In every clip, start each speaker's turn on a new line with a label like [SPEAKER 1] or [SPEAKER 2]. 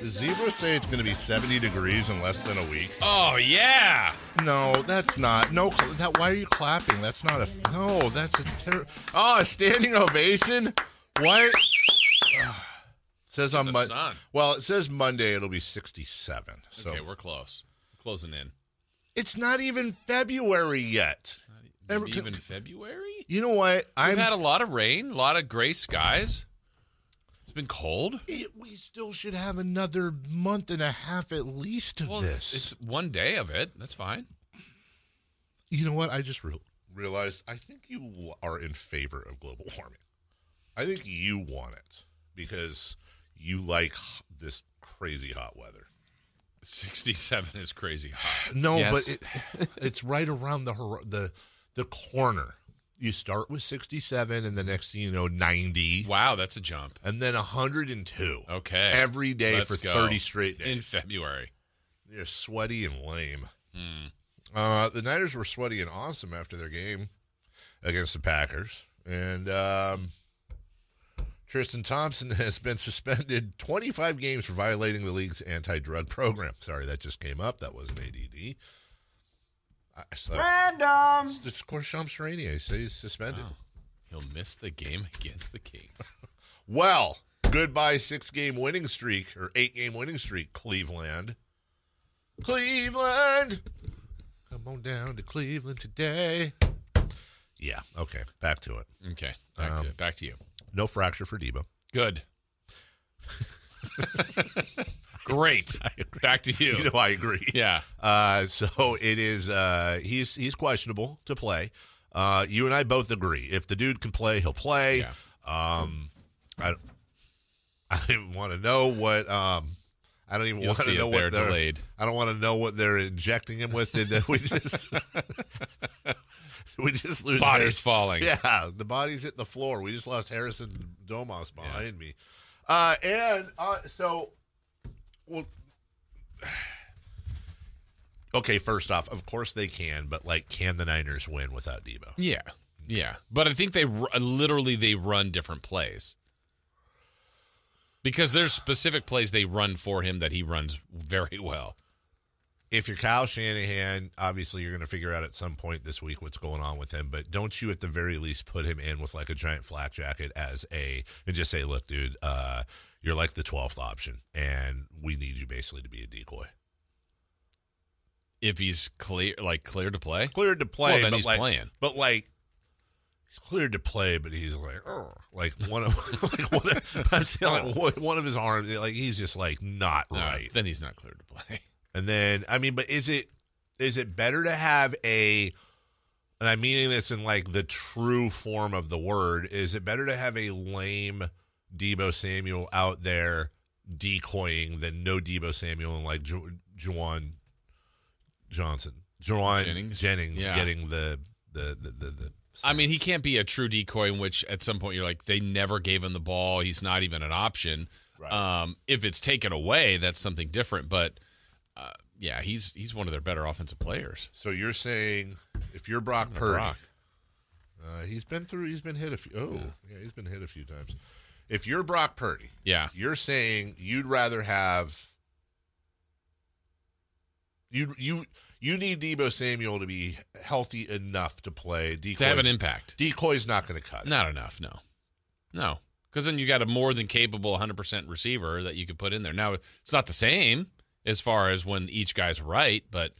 [SPEAKER 1] Does Zebra say it's going to be 70 degrees in less than a week?
[SPEAKER 2] Oh yeah.
[SPEAKER 1] No, that's not. No, cl- that. Why are you clapping? That's not a. No, that's a ter- Oh, a standing ovation. Why? Ah. says on
[SPEAKER 2] the
[SPEAKER 1] Monday.
[SPEAKER 2] sun.
[SPEAKER 1] Well, it says Monday it'll be 67. So
[SPEAKER 2] Okay, we're close. closing in.
[SPEAKER 1] it's not even February yet. Ever-
[SPEAKER 2] Maybe e-, even February.
[SPEAKER 1] you know what?
[SPEAKER 2] I've
[SPEAKER 1] I'm.
[SPEAKER 2] had a lot of rain, a lot of gray skies. It's been cold.
[SPEAKER 1] it- we still should have another month and a half at least of
[SPEAKER 2] Well,
[SPEAKER 1] this.
[SPEAKER 2] it's one day of it. That's fine.
[SPEAKER 1] You know what? I just re- realized I think you are in favor of global warming. I think you want it because you like h- this crazy hot weather.
[SPEAKER 2] Sixty-seven is crazy hot.
[SPEAKER 1] No,
[SPEAKER 2] Yes.
[SPEAKER 1] but it, it's right around the hor- the the corner. You start with 67 and the next thing you know 90
[SPEAKER 2] Wow, that's a jump.
[SPEAKER 1] and then 102.
[SPEAKER 2] Okay.
[SPEAKER 1] Every day
[SPEAKER 2] Let's
[SPEAKER 1] for
[SPEAKER 2] go.
[SPEAKER 1] 30 straight days.
[SPEAKER 2] In February.
[SPEAKER 1] You're sweaty and lame. Uh, the Niners were sweaty and awesome after their game against the Packers. And um, Tristan Thompson has been suspended 25 games for violating the league's anti drug program. Sorry, that just came up. That wasn't ADD. I saw
[SPEAKER 3] Random.
[SPEAKER 1] It's Corsham Sharania. So he's suspended.
[SPEAKER 2] He'll miss the game against the Kings.
[SPEAKER 1] Well, goodbye six game winning streak or eight game winning streak, Cleveland. Cleveland, come on down to Cleveland today. Yeah, okay, back to it.
[SPEAKER 2] Okay, back
[SPEAKER 1] Um,
[SPEAKER 2] to back to you.
[SPEAKER 1] No fracture for Debo.
[SPEAKER 2] Good. Great. Back to you.
[SPEAKER 1] You know, I agree.
[SPEAKER 2] yeah.
[SPEAKER 1] Uh, so it is. Uh, he's he's questionable to play. Uh, you and I both agree. If the dude can play, he'll play.
[SPEAKER 2] Yeah.
[SPEAKER 1] Um, I I didn't want to know what. Um, I don't even
[SPEAKER 2] You'll
[SPEAKER 1] want to
[SPEAKER 2] see
[SPEAKER 1] know
[SPEAKER 2] if
[SPEAKER 1] what
[SPEAKER 2] they're delayed.
[SPEAKER 1] I don't want to know what they're injecting him with. Did that we just we just lose
[SPEAKER 2] Body's
[SPEAKER 1] Harris-
[SPEAKER 2] falling.
[SPEAKER 1] Yeah, the body's hit the floor. We just lost Harrison Domas behind me. Uh, and uh, so, well, okay. First off, of course they can, but like, can the Niners win without Debo?
[SPEAKER 2] Yeah. Yeah. But I think they r- literally they run different plays. Because there's specific plays they run for him that he runs very well.
[SPEAKER 1] If you're Kyle Shanahan, obviously you're going to figure out at some point this week what's going on with him. But don't you, at the very least, put him in with like a giant flak jacket as a and just say, "Look, dude, uh, you're like the twelfth option, and we need you basically to be a decoy."
[SPEAKER 2] If he's clear like clear to play.
[SPEAKER 1] cleared to play.
[SPEAKER 2] Well, then
[SPEAKER 1] but
[SPEAKER 2] he's
[SPEAKER 1] like,
[SPEAKER 2] playing.
[SPEAKER 1] But like, he's cleared to play, but he's like, "Ugh," like one of like one of, that's the only- one- one of his arms. Like he's just like not
[SPEAKER 2] No,
[SPEAKER 1] right.
[SPEAKER 2] Then he's not clear to play.
[SPEAKER 1] And then I mean, but is it is it better to have a and I'm meaning this in like the true form of the word, is it better to have a lame Debo Samuel out there decoying than no Debo Samuel and like Ju- Juwan Johnson? Juwan
[SPEAKER 2] Jennings?
[SPEAKER 1] Jennings,
[SPEAKER 2] Yeah.
[SPEAKER 1] getting the the the the, the
[SPEAKER 2] I mean, he can't be a true decoy in which at some point you're like, they never gave him the ball. He's not even an option.
[SPEAKER 1] Right.
[SPEAKER 2] Um, if it's taken away, that's something different. But uh, yeah, he's he's one of their better offensive players.
[SPEAKER 1] So you're saying if you're Brock Purdy,
[SPEAKER 2] Brock.
[SPEAKER 1] Uh, he's been through. He's been hit a few. Oh, yeah. he's been hit a few times. If you're Brock Purdy,
[SPEAKER 2] Yeah.
[SPEAKER 1] you're saying you'd rather have you you you need Debo Samuel to be healthy enough to play. Decoy's,
[SPEAKER 2] To have an impact.
[SPEAKER 1] Decoy's not going to cut. it.
[SPEAKER 2] Not enough, no. No. Because then you got a more than capable 100% receiver that you could put in there. Now, it's not the same as far as when each guy's right, but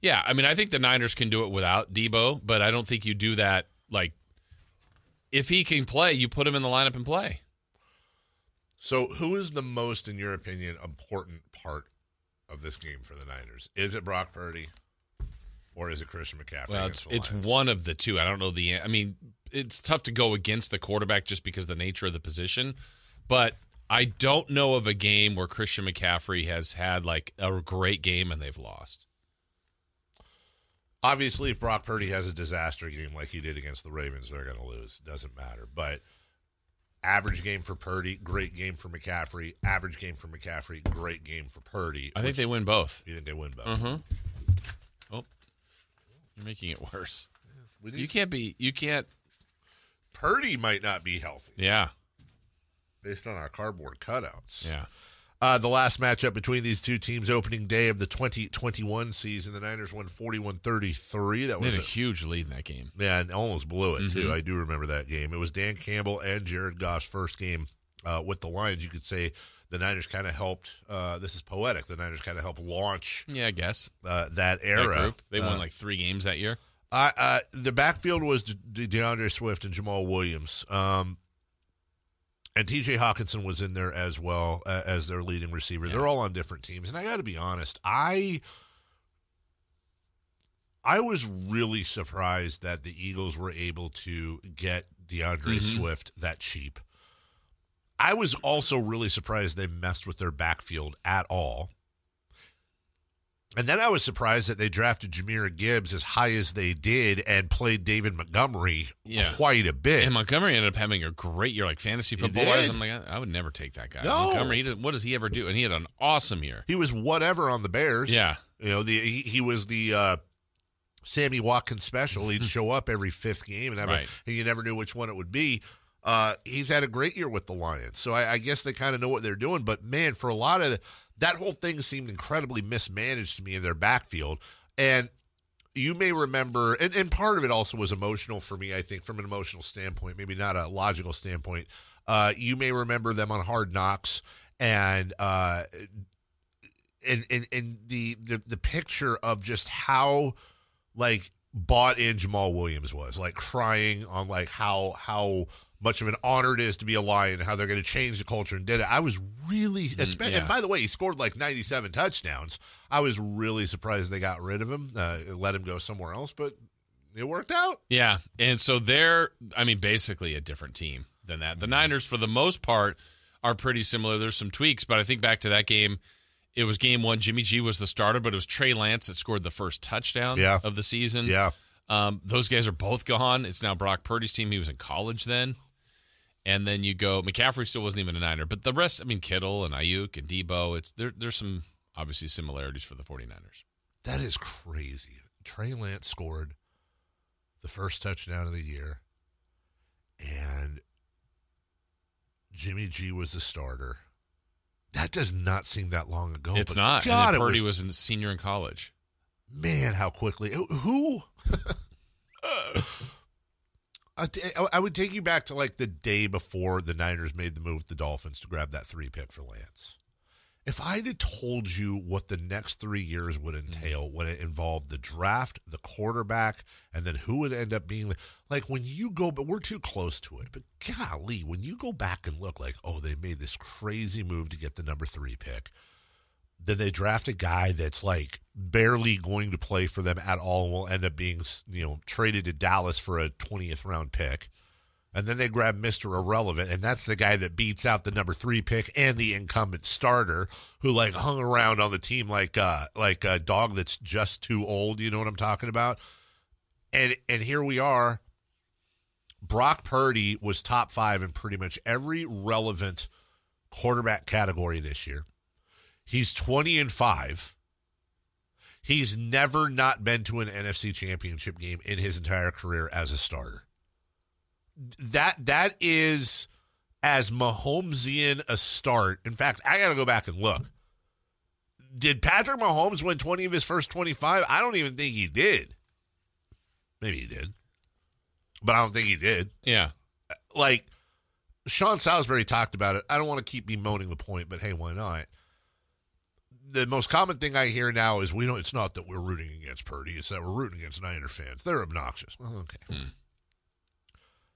[SPEAKER 2] yeah, I mean, I think the Niners can do it without Debo, but I don't think you do that. Like, if he can play, you put him in the lineup and play.
[SPEAKER 1] So, who is the most, in your opinion, important part of this game for the Niners? Is it Brock Purdy, or is it Christian McCaffrey?
[SPEAKER 2] Well, it's,
[SPEAKER 1] against the
[SPEAKER 2] it's
[SPEAKER 1] Lions?
[SPEAKER 2] one of the two. I don't know the. I mean, it's tough to go against the quarterback just because of the nature of the position. But I don't know of a game where Christian McCaffrey has had like a great game and they've lost.
[SPEAKER 1] Obviously, if Brock Purdy has a disaster game like he did against the Ravens, they're going to lose. Doesn't matter. But average game for Purdy, great game for McCaffrey. Average game for McCaffrey, great game for Purdy.
[SPEAKER 2] I think they Mm-hmm. win both.
[SPEAKER 1] You think they win both?
[SPEAKER 2] Oh, you're making it worse.
[SPEAKER 1] We need-
[SPEAKER 2] You can't be. You can't.
[SPEAKER 1] Purdy might not be healthy
[SPEAKER 2] Yeah.
[SPEAKER 1] based on our cardboard cutouts.
[SPEAKER 2] Yeah.
[SPEAKER 1] Uh, the last matchup between these two teams, opening day of the 2021 season, the Niners won 41-33. That
[SPEAKER 2] They
[SPEAKER 1] was
[SPEAKER 2] had a
[SPEAKER 1] a,
[SPEAKER 2] huge lead in that game.
[SPEAKER 1] yeah, and almost blew it
[SPEAKER 2] Mm-hmm.
[SPEAKER 1] too. I do remember that game. It was Dan Campbell and Jared Goff's first game uh, with the Lions. You could say the Niners kind of helped. Uh, this is poetic. The Niners kind of helped launch
[SPEAKER 2] Yeah, I guess.
[SPEAKER 1] uh, that
[SPEAKER 2] That
[SPEAKER 1] era.
[SPEAKER 2] group. They
[SPEAKER 1] Uh,
[SPEAKER 2] won like three games that year.
[SPEAKER 1] I, uh, the backfield was De- De- DeAndre Swift and Jamal Williams. Um, and TJ Hawkinson was in there as well uh, as their leading receiver. They're all on different teams. And I got to be honest, I. I was really surprised that the Eagles were able to get DeAndre
[SPEAKER 2] Mm-hmm.
[SPEAKER 1] Swift that cheap. I was also really surprised they messed with their backfield at all. And then I was surprised that they drafted Jameer Gibbs as high as they did and played David Montgomery
[SPEAKER 2] Yeah.
[SPEAKER 1] quite a bit.
[SPEAKER 2] And Montgomery ended up having a great year, like fantasy
[SPEAKER 1] He
[SPEAKER 2] football wise.
[SPEAKER 1] did.
[SPEAKER 2] I'm like, I I would never take that guy.
[SPEAKER 1] No.
[SPEAKER 2] Montgomery, he does, what does he ever do? And he had an awesome year.
[SPEAKER 1] he was whatever on the Bears.
[SPEAKER 2] Yeah.
[SPEAKER 1] You know, the he, he was the uh, Sammy Watkins special. He'd show up every fifth game, and, ever,
[SPEAKER 2] Right.
[SPEAKER 1] and you never knew which one it would be. Uh, he's had a great year with the Lions, so I, I guess they kind of know what they're doing. But man, for a lot of that whole thing seemed incredibly mismanaged to me in their backfield, and you may remember, and, and part of it also was emotional for me, I think, from an emotional standpoint, maybe not a logical standpoint. Uh, you may remember them on Hard Knocks and uh, and and, and the, the the picture of just how like bought in Jamal Williams was, like crying on like how how much of an honor it is to be a lion, how they're going to change the culture and did it. I was really, espe-
[SPEAKER 2] yeah.
[SPEAKER 1] and by the way, he scored like 97 touchdowns. I was really surprised they got rid of him, uh, let him go somewhere else, but it worked out.
[SPEAKER 2] Yeah. And so they're, I mean, basically a different team than that. The
[SPEAKER 1] Mm-hmm.
[SPEAKER 2] Niners, for the most part, are pretty similar. There's some tweaks, but I think back to that game, it was game one. Jimmy G was the starter, but it was Trey Lance that scored the first touchdown
[SPEAKER 1] Yeah.
[SPEAKER 2] of the season.
[SPEAKER 1] Yeah.
[SPEAKER 2] Um, those guys are both gone. It's now Brock Purdy's team. He was in college then. And then you go McCaffrey still wasn't even a Niner, but the rest, I mean Kittle and Ayuk and Debo, it's there there's some obviously similarities for the 49ers.
[SPEAKER 1] That is crazy. Trey Lance scored the first touchdown of the year, and Jimmy G was the starter. That does not seem that long ago.
[SPEAKER 2] it's
[SPEAKER 1] Oh, but
[SPEAKER 2] not. and
[SPEAKER 1] God,
[SPEAKER 2] then
[SPEAKER 1] it
[SPEAKER 2] Purdy
[SPEAKER 1] was,
[SPEAKER 2] was, a senior in college.
[SPEAKER 1] man. How quickly? Who- Who? I t- I would take you back to like the day before the Niners made the move with the Dolphins to grab that three pick for Lance. If I had told you what the next three years would entail when it involved the draft, the quarterback, and then who would end up being like when you go, but we're too close to it. But golly, when you go back and look like, oh, they made this crazy move to get the number three pick. Then they draft a guy that's like barely going to play for them at all and will end up being, you know, traded to Dallas for a 20th round pick. And then they grab Mr. Irrelevant, and that's the guy that beats out the number three pick and the incumbent starter who like hung around on the team like uh like a dog that's just too old, you know what I'm talking about? And and here we are. Brock Purdy was top five in pretty much every relevant quarterback category this year. He's 20 and 5. He's never not been to an NFC championship game in his entire career as a starter that that is as Mahomesian a start. In fact, I got to go back and look. Did Patrick Mahomes win 20 of his first 25? I don't even think he did. Maybe he did. But I don't think he did.
[SPEAKER 2] Yeah.
[SPEAKER 1] Like Sean Salisbury talked about it. I don't want to keep bemoaning the point, but hey, why not? The most common thing I hear now is we don't it's not that we're rooting against Purdy, it's that we're rooting against Niner fans. They're obnoxious. Well, okay.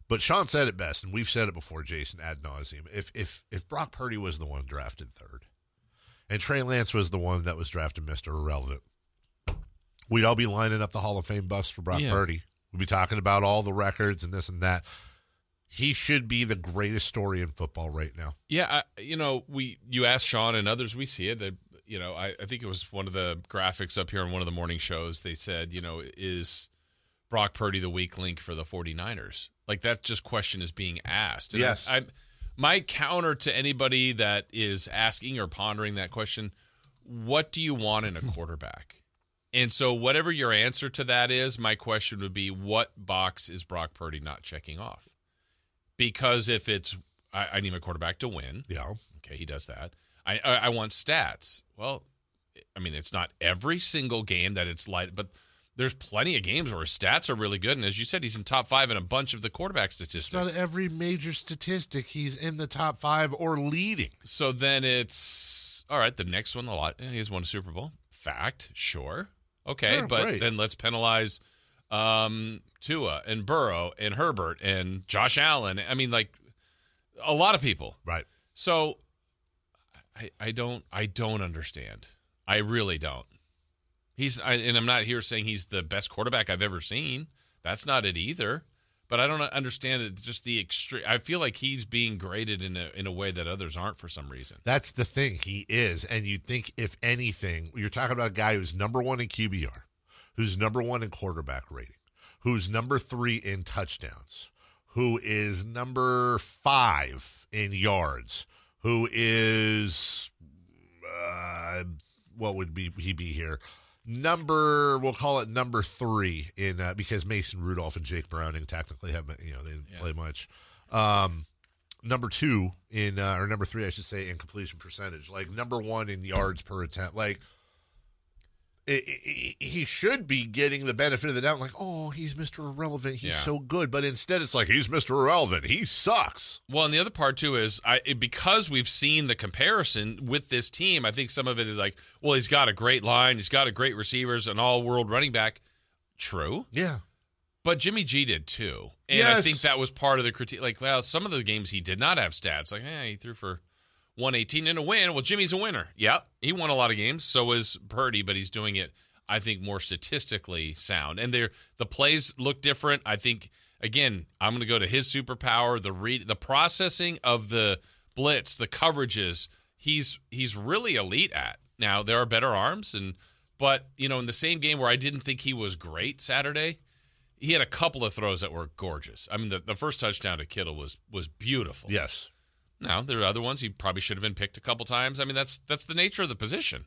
[SPEAKER 1] But Sean said it best, and we've said it before, Jason, ad nauseum. If if if Brock Purdy was the one drafted third, and Trey Lance was the one that was drafted Mister Irrelevant, we'd all be lining up the Hall of Fame bus for Brock
[SPEAKER 2] Yeah.
[SPEAKER 1] Purdy. We'd be talking about all the records and this and that. He should be the greatest story in football right now.
[SPEAKER 2] Yeah, I, you know, we you asked Sean and others, we see it. That you know, I, I think it was one of the graphics up here on one of the morning shows. They said, you know, is Brock Purdy the weak link for the 49ers? Like that just question is being asked. I-
[SPEAKER 1] Yes.
[SPEAKER 2] I, my counter to anybody that is asking or pondering that question, what do you want in a quarterback? And so, whatever your answer to that is, my question would be what box is Brock Purdy not checking off? Because if it's, I, I need my quarterback to win.
[SPEAKER 1] Yeah.
[SPEAKER 2] Okay, he does that. I, I I want stats. Well, I mean, it's not every single game that it's light, but there's plenty of games where his stats are really good. And as you said, he's in top five in a bunch of the quarterback statistics.
[SPEAKER 1] It's on every major statistic. He's in the top five or leading.
[SPEAKER 2] So then it's all right. The next one, the lot eh, he's won a Super Bowl. Fact, sure, okay,
[SPEAKER 1] Sure,
[SPEAKER 2] but
[SPEAKER 1] right.
[SPEAKER 2] then let's penalize um, Tua and Burrow and Herbert and Josh Allen. I mean, like a lot of people.
[SPEAKER 1] Right.
[SPEAKER 2] So I, I don't I don't understand. I really don't. He's I, and I'm not here saying he's the best quarterback I've ever seen. That's not it either. But I don't understand it. Just the extreme. I feel like he's being graded in a in a way that others aren't for some reason.
[SPEAKER 1] That's the thing. He is. And you'd think, if anything, you're talking about a guy who's number one in QBR, who's number one in quarterback rating, who's number three in touchdowns, who is number five in yards, who is, uh, what would be he be here? Number, we'll call it number three in uh, because Mason Rudolph and Jake Browning technically haven't, you know, they didn't play much. Um, number two in uh, or number three, I should say, in completion percentage. Like number one in yards per attempt. Like it, it- it- he should be getting the benefit of the doubt. Like, oh, he's Mister Irrelevant. He's
[SPEAKER 2] Yeah.
[SPEAKER 1] so good. But instead, it's like he's Mister Irrelevant. He sucks.
[SPEAKER 2] Well, and the other part too is I it- because we've seen the comparison with this team. I think some of it is like, well, he's got a great line, he's got a great receivers, an all world running back. True.
[SPEAKER 1] Yeah.
[SPEAKER 2] But Jimmy G did too. And I
[SPEAKER 1] Yes.
[SPEAKER 2] think that was part of the critique. Like, well, some of the games he did not have stats. Like, eh, he threw for 118 and a win. Well, Jimmy's a winner. Yep. He won a lot of games. So is Purdy, but he's doing it, I think, more statistically sound. And they're, the plays look different. I think, again, I'm going to go to his superpower, the read, the processing of the blitz, the coverages. He's he's really elite at. Now, there are better arms and but, you know, in the same game where I didn't think he was great Saturday, he had a couple of throws that were gorgeous. I mean, the, the first touchdown to Kittle was was beautiful.
[SPEAKER 1] Yes.
[SPEAKER 2] Now there are other ones he probably should have been picked a couple times. I mean, that's that's the nature of the position.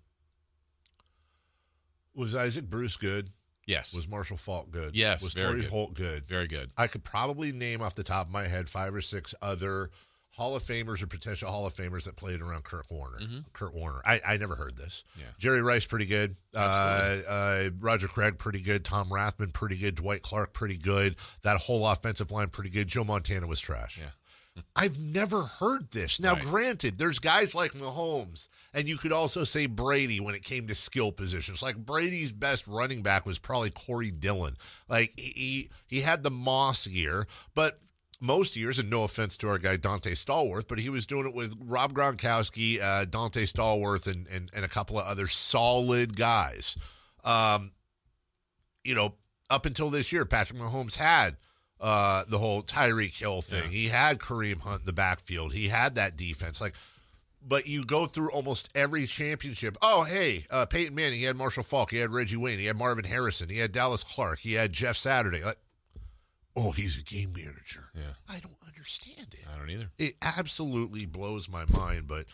[SPEAKER 1] Was Isaac Bruce good?
[SPEAKER 2] Yes.
[SPEAKER 1] Was Marshall Falk good?
[SPEAKER 2] Yes,
[SPEAKER 1] Was
[SPEAKER 2] very
[SPEAKER 1] Torrey
[SPEAKER 2] good.
[SPEAKER 1] Holt good?
[SPEAKER 2] very good.
[SPEAKER 1] I could probably name off the top of my head five or six other Hall of Famers or potential Hall of Famers that played around Kurt Warner. Kurt Warner. I, I never heard this.
[SPEAKER 2] Mm-hmm. Yeah.
[SPEAKER 1] Jerry Rice, pretty good. Uh, uh, Roger Craig, pretty good. Tom Rathman, pretty good. Dwight Clark, pretty good. That whole offensive line, pretty good. Joe Montana was trash.
[SPEAKER 2] Yeah.
[SPEAKER 1] I've never heard this. Now,
[SPEAKER 2] Right.
[SPEAKER 1] granted, there's guys like Mahomes, and you could also say Brady when it came to skill positions. Like Brady's best running back was probably Corey Dillon. Like he he had the Moss year, but most years, and no offense to our guy Dante Stallworth, but he was doing it with Rob Gronkowski, uh, Dante Stallworth, and, and and a couple of other solid guys. Um, you know, up until this year, Patrick Mahomes had uh, the whole Tyreek Hill thing. He had Kareem Hunt in the backfield. He had that defense. Like, but you go through almost every championship. Oh, hey, uh, Peyton Manning. He had Marshall Falk. He had Reggie Wayne. He had Marvin Harrison. He had Dallas Clark. He had Jeff Saturday. Like, oh, he's a game manager.
[SPEAKER 2] Yeah.
[SPEAKER 1] I don't understand it.
[SPEAKER 2] I don't either.
[SPEAKER 1] It absolutely blows my mind, but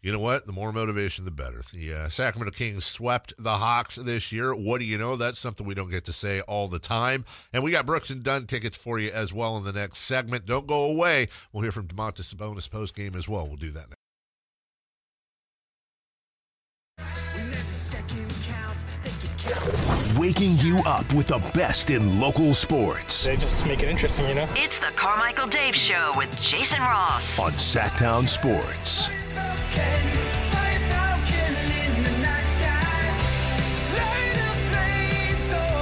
[SPEAKER 1] you know what? The more motivation, the better. The uh, Sacramento Kings swept the Hawks this year. What do you know? That's something we don't get to say all the time. And we got Brooks and Dunn tickets for you as well in the next segment. Don't go away. We'll hear from Demontis Sabonis post game as well. We'll do that. Next.
[SPEAKER 4] Waking you up with the best in local sports
[SPEAKER 3] They just make it interesting, you know?
[SPEAKER 5] It's the Carmichael Dave Show with Jason Ross.
[SPEAKER 4] on Sacktown Sports.
[SPEAKER 6] So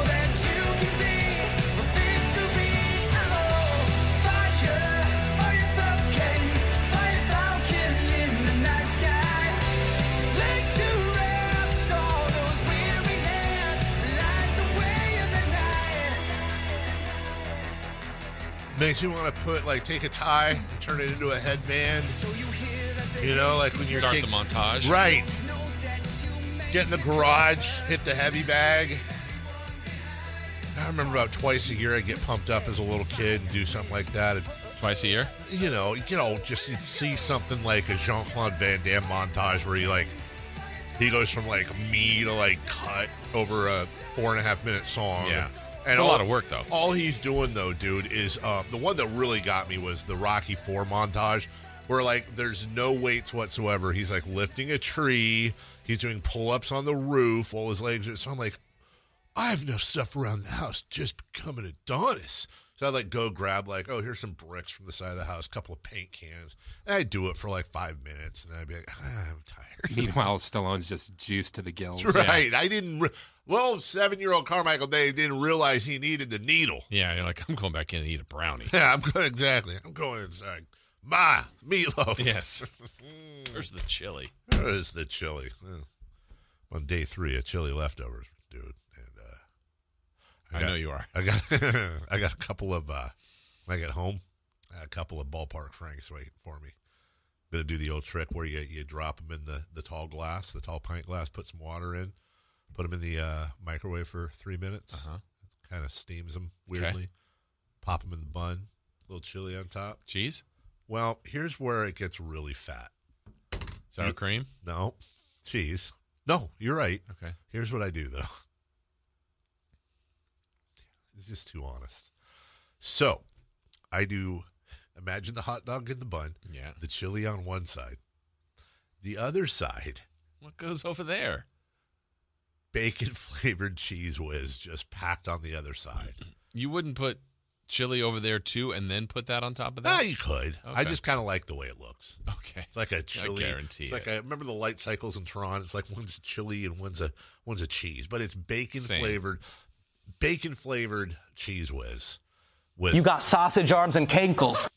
[SPEAKER 6] that you can be a victory. Oh, fight
[SPEAKER 1] Makes you want to put like take a tie and turn it into a headband. You know, like when you're
[SPEAKER 2] Start the
[SPEAKER 1] taking-
[SPEAKER 2] montage.
[SPEAKER 1] Right. Get in the garage, hit the heavy bag. I remember about twice a year I'd get pumped up as a little kid and do something like that. And,
[SPEAKER 2] Twice a year.
[SPEAKER 1] you know, you know, just you'd see something like a Jean Claude Van Damme montage where he like he goes from like me to like cut over a four and a half minute song.
[SPEAKER 2] Yeah. It's a lot of work, though.
[SPEAKER 1] All he's doing though, dude, is uh, the one that really got me was the Rocky Four montage, where like there's no weights whatsoever. He's like lifting a tree. He's doing pull ups on the roof while his legs. Are, so I'm like, I have enough stuff around the house just become an Adonis. So I'd like go grab like, oh, here's some bricks from the side of the house, a couple of paint cans. And I'd do it for like five minutes, and then I'd be like, ah, I'm tired.
[SPEAKER 3] Meanwhile, Stallone's just juiced to the gills.
[SPEAKER 1] right? I didn't. Re- well, seven-year-old Carmichael Day didn't realize he needed the needle.
[SPEAKER 2] Yeah, you're like, I'm going back in and eat a brownie.
[SPEAKER 1] Yeah, I'm going exactly. I'm going inside. Ma, meatloaf.
[SPEAKER 2] yes. There's the chili.
[SPEAKER 1] Where is the chili? Well, on day three, a chili leftovers, dude. And uh,
[SPEAKER 2] I
[SPEAKER 1] got-
[SPEAKER 2] know you are.
[SPEAKER 1] I got I got a couple of uh, when I get home, I got a couple of ballpark franks waiting for me. Gonna do the old trick where you you drop them in the the tall glass, the tall pint glass, put some water in, put them in the uh, microwave for three minutes.
[SPEAKER 2] Uh-huh.
[SPEAKER 1] Kind of steams them weirdly. Pop them in the bun, little chili on top.
[SPEAKER 2] Cheese,
[SPEAKER 1] Well, here's where it gets really fat.
[SPEAKER 2] sour cream.
[SPEAKER 1] No, cheese. No, you're right.
[SPEAKER 2] Okay.
[SPEAKER 1] Here's what I do though. It's just too honest. So I do imagine the hot dog in the bun,
[SPEAKER 2] Yeah.
[SPEAKER 1] the chili on one side, the other side,
[SPEAKER 2] What goes over there?
[SPEAKER 1] bacon flavored cheese whiz just packed on the other side.
[SPEAKER 2] You wouldn't put chili over there too, and then put that on top of
[SPEAKER 1] ah,
[SPEAKER 2] that.
[SPEAKER 1] you could. I
[SPEAKER 2] Okay.
[SPEAKER 1] just kind of like the way it looks.
[SPEAKER 2] Okay.
[SPEAKER 1] It's like a chili.
[SPEAKER 2] guarantee
[SPEAKER 1] It's like
[SPEAKER 2] it.
[SPEAKER 1] I remember the light cycles in Toronto. It's like one's chili and one's a one's a cheese, but it's bacon
[SPEAKER 2] Same.
[SPEAKER 1] flavored, bacon flavored cheese whiz. With
[SPEAKER 6] You got sausage arms and cankles.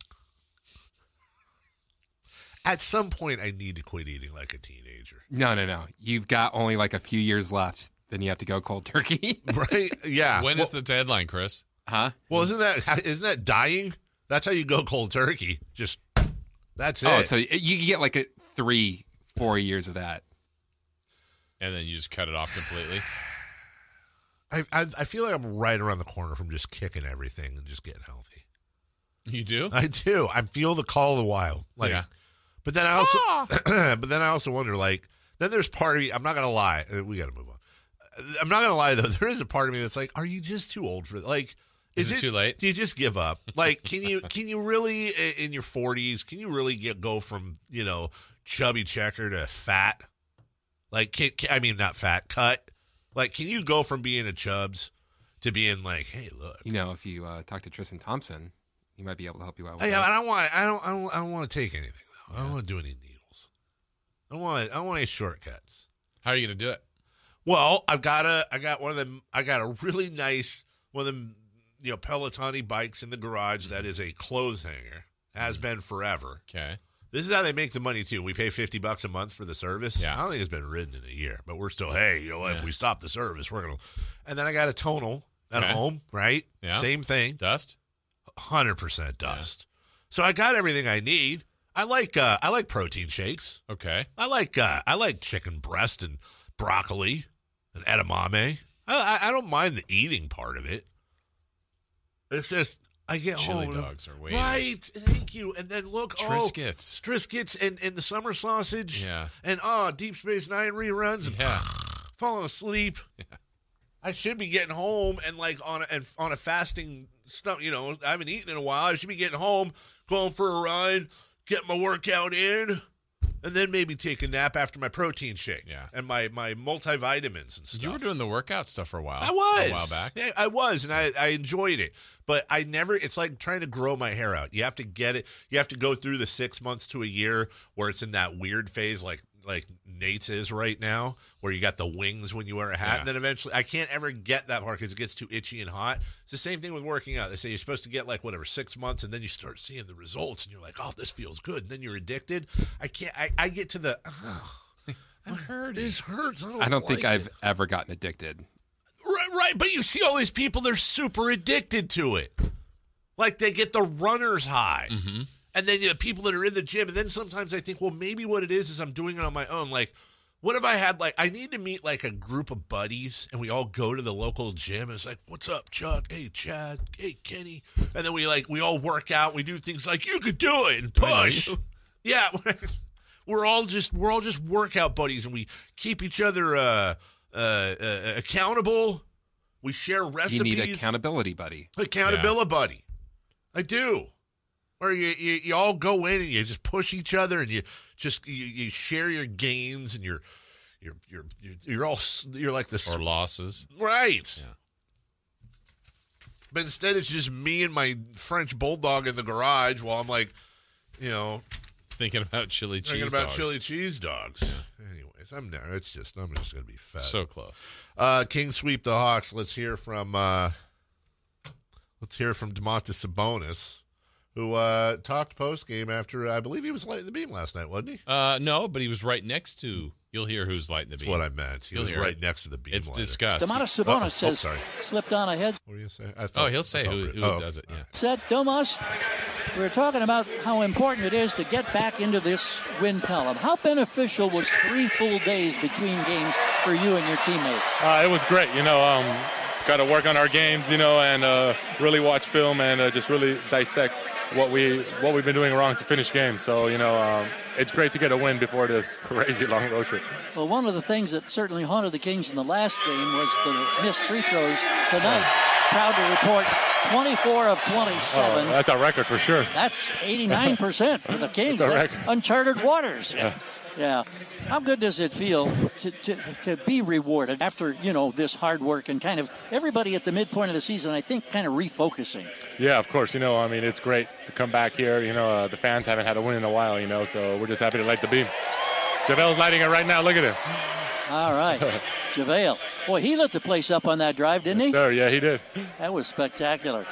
[SPEAKER 1] at some point I need to quit eating like a teenager,
[SPEAKER 3] No, no, no. You've got only like a few years left. Then you have to go cold turkey.
[SPEAKER 1] right? Yeah.
[SPEAKER 2] When
[SPEAKER 1] well,
[SPEAKER 2] is the deadline, Chris?
[SPEAKER 3] huh?
[SPEAKER 1] well? Isn't that isn't that dying? That's how you go cold turkey. Just that's it.
[SPEAKER 3] Oh, so y- you get like a three, four years of that.
[SPEAKER 2] And then you just cut it off completely.
[SPEAKER 1] I, I I feel like I'm right around the corner from just kicking everything and just getting healthy.
[SPEAKER 2] You do?
[SPEAKER 1] I do. I feel the call of the wild. Like,
[SPEAKER 2] Yeah.
[SPEAKER 1] but then I also, but then I also wonder. Like, then there's part of me. I'm not gonna lie. uh, We got to move on. Uh, I'm not gonna lie though. There is a part of me that's like, are you just too old for like?
[SPEAKER 2] Is it too late?
[SPEAKER 1] Do you just give up? Like, can you can you really i- in your 40s? Can you really get go from you know chubby checker to fat? Like, can, can- I mean, not fat, cut. Like, can you go from being a chubs to being like, hey, look,
[SPEAKER 3] You know, if you uh, talk to Tristan Thompson, he might be able to help you out with
[SPEAKER 1] Hey,
[SPEAKER 3] that.
[SPEAKER 1] I don't want. I don't. I don't, I don't want to take anything. Though. I don't want to do any needles. I don't want. I don't want any shortcuts.
[SPEAKER 2] How are you going to do it?
[SPEAKER 1] Well, I've got a. I got one of them. I got a really nice one of them. You know, Pelotoni bikes in the garage. That is a clothes hanger. Has
[SPEAKER 2] Mm-hmm.
[SPEAKER 1] been forever.
[SPEAKER 2] Okay.
[SPEAKER 1] This is how they make the money too. We pay fifty bucks a month for the service.
[SPEAKER 2] Yeah.
[SPEAKER 1] I don't think it's been ridden in a year, but we're still. Hey, you know, if we stop the service, we're gonna. And then I got a tonal at
[SPEAKER 2] Okay.
[SPEAKER 1] home. Right.
[SPEAKER 2] Yeah.
[SPEAKER 1] Same thing
[SPEAKER 2] Dust?
[SPEAKER 1] hundred percent dust. So I got everything I need. I like uh, I like protein shakes.
[SPEAKER 2] Okay.
[SPEAKER 1] I like uh, I like chicken breast and broccoli and edamame. I, I, I don't mind the eating part of it. It's just I get
[SPEAKER 2] Chili
[SPEAKER 1] home. and I'm-
[SPEAKER 2] dogs are waiting.
[SPEAKER 1] Right, thank you. And then look,
[SPEAKER 2] Triscuits.
[SPEAKER 1] oh, Triscuits, and and the summer sausage.
[SPEAKER 2] Yeah.
[SPEAKER 1] And oh, Deep Space Nine reruns. And
[SPEAKER 2] Yeah.
[SPEAKER 1] falling asleep. I should be getting home and like on a, and on a fasting stuff. You know, I haven't eaten in a while. I should be getting home, going for a ride, get my workout in, and then maybe take a nap after my protein shake.
[SPEAKER 2] Yeah.
[SPEAKER 1] and my my multivitamins and stuff.
[SPEAKER 2] You were doing the workout stuff for a while.
[SPEAKER 1] I was
[SPEAKER 2] A while back.
[SPEAKER 1] Yeah, I was, and I, I enjoyed it. But I never. It's like trying to grow my hair out. You have to get it. You have to go through the six months to a year where it's in that weird phase, like like Nate's is right now, where you got the wings when you wear a hat,
[SPEAKER 2] Yeah.
[SPEAKER 1] and then eventually I can't ever get that far because it gets too itchy and hot. It's the same thing with working out. They say you're supposed to get like whatever six months, and then you start seeing the results, and you're like, oh, this feels good. And then you're addicted. I can't. I, I get to the. Oh,
[SPEAKER 2] I heard
[SPEAKER 1] this hurts. I don't,
[SPEAKER 3] I don't think
[SPEAKER 1] like it."
[SPEAKER 3] I've ever gotten addicted.
[SPEAKER 1] Right, right, but you see all these people, they're super addicted to it. Like they get the runner's high. And then you know, people that are in the gym. And then sometimes I think, well, maybe what it is is I'm doing it on my own. Like, what if I had, like, I need to meet like a group of buddies and we all go to the local gym. And it's like, what's up, Chuck? Hey, Chad. Hey, Kenny. And then we like, we all work out. We do things like, you could do it and
[SPEAKER 2] know
[SPEAKER 1] push.
[SPEAKER 2] you.
[SPEAKER 1] Yeah. We're all just we're all just workout buddies, and we keep each other uh, uh, uh, accountable. We share
[SPEAKER 3] You
[SPEAKER 1] recipes.
[SPEAKER 3] need accountability, buddy.
[SPEAKER 1] Accountability buddy. I do. Where you, you you all go in and you just push each other and you just you, you share your gains and you're you're you're you're all s- you're like the s-
[SPEAKER 2] or losses.
[SPEAKER 1] right.
[SPEAKER 2] Yeah.
[SPEAKER 1] But instead, it's just me and my French bulldog in the garage while I'm like, you know,
[SPEAKER 2] Thinking about chili cheese.
[SPEAKER 1] thinking about
[SPEAKER 2] dogs.
[SPEAKER 1] chili cheese dogs. Anyways, I'm there. It's just I'm just gonna be fat.
[SPEAKER 2] So close.
[SPEAKER 1] Uh, King sweep the Hawks. Let's hear from uh, let's hear from Demontis Sabonis, who uh, talked post game after I believe he was lighting the beam last night, wasn't he?
[SPEAKER 2] Uh, no, but he was right next to. You'll hear who's lighting the
[SPEAKER 1] That's
[SPEAKER 2] beam.
[SPEAKER 1] what I meant. He
[SPEAKER 2] You'll
[SPEAKER 1] was
[SPEAKER 2] hear
[SPEAKER 1] right
[SPEAKER 2] it.
[SPEAKER 1] next to the beam.
[SPEAKER 2] It's
[SPEAKER 1] lighter.
[SPEAKER 2] disgusting.
[SPEAKER 7] Demonis
[SPEAKER 1] Uh-oh.
[SPEAKER 7] Sabonis
[SPEAKER 1] Oh,
[SPEAKER 7] says,
[SPEAKER 1] sorry.
[SPEAKER 7] slipped on a head
[SPEAKER 1] What were you saying? I
[SPEAKER 2] Oh,
[SPEAKER 1] thought-
[SPEAKER 2] he'll
[SPEAKER 1] I
[SPEAKER 2] say
[SPEAKER 1] thought
[SPEAKER 2] who,
[SPEAKER 1] Rick-
[SPEAKER 2] who
[SPEAKER 1] oh,
[SPEAKER 2] does it. Yeah.
[SPEAKER 7] set. Domas, we were talking about how important it is to get back into this win column. How beneficial was three full days between games for you and your teammates?
[SPEAKER 8] Uh, it was great, you know. Um, got to work on our games, you know, and uh, really watch film and uh, just really dissect what we what we've been doing wrong to finish games. So you know, um, it's great to get a win before this crazy long road trip.
[SPEAKER 7] Well, one of the things that certainly haunted the Kings in the last game was the missed free throws tonight. Proud to report 24 of 27.
[SPEAKER 8] Oh, That's our record for sure.
[SPEAKER 7] That's 89% for the Kings.
[SPEAKER 8] That's a
[SPEAKER 7] That's
[SPEAKER 8] record.
[SPEAKER 7] uncharted waters. Yeah. How good does it feel to, to, to be rewarded after, you know, this hard work and kind of everybody at the midpoint of the season, I think, kind of refocusing?
[SPEAKER 8] Yeah, of course. You know, I mean, it's great to come back here. You know, uh, the fans haven't had a win in a while. You know, so we're just happy to light the beam. Javel's lighting it right now. Look at him.
[SPEAKER 7] All right. JaVale. Boy, he lit the place up on that drive, didn't he?
[SPEAKER 8] There, yeah, he did.
[SPEAKER 7] That was spectacular.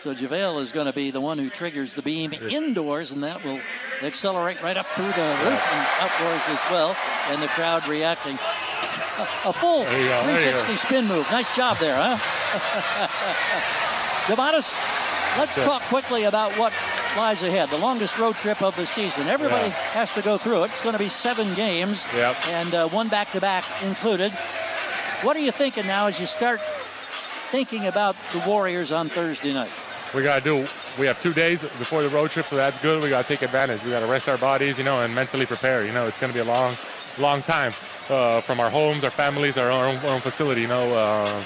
[SPEAKER 7] So JaVale is going to be the one who triggers the beam indoors, and that will accelerate right up through the roof and outdoors as well, Oh, and the crowd reacting. A, a full
[SPEAKER 8] you go, there you go.
[SPEAKER 7] 360 spin move. Nice job there, huh? Demotis, let's talk quickly about what lies ahead. The longest road trip of the season. Everybody
[SPEAKER 8] Yeah.
[SPEAKER 7] has to go through it. It's going to be seven games,
[SPEAKER 8] Yep.
[SPEAKER 7] and uh, one back-to-back included. What are you thinking now as you start thinking about the Warriors on Thursday night.
[SPEAKER 8] we gotta do. We have two days before the road trip, so that's good. We gotta take advantage. We gotta rest our bodies, you know, and mentally prepare. You know, it's gonna be a long, long time uh, from our homes, our families, our own, our own facility. You know, uh,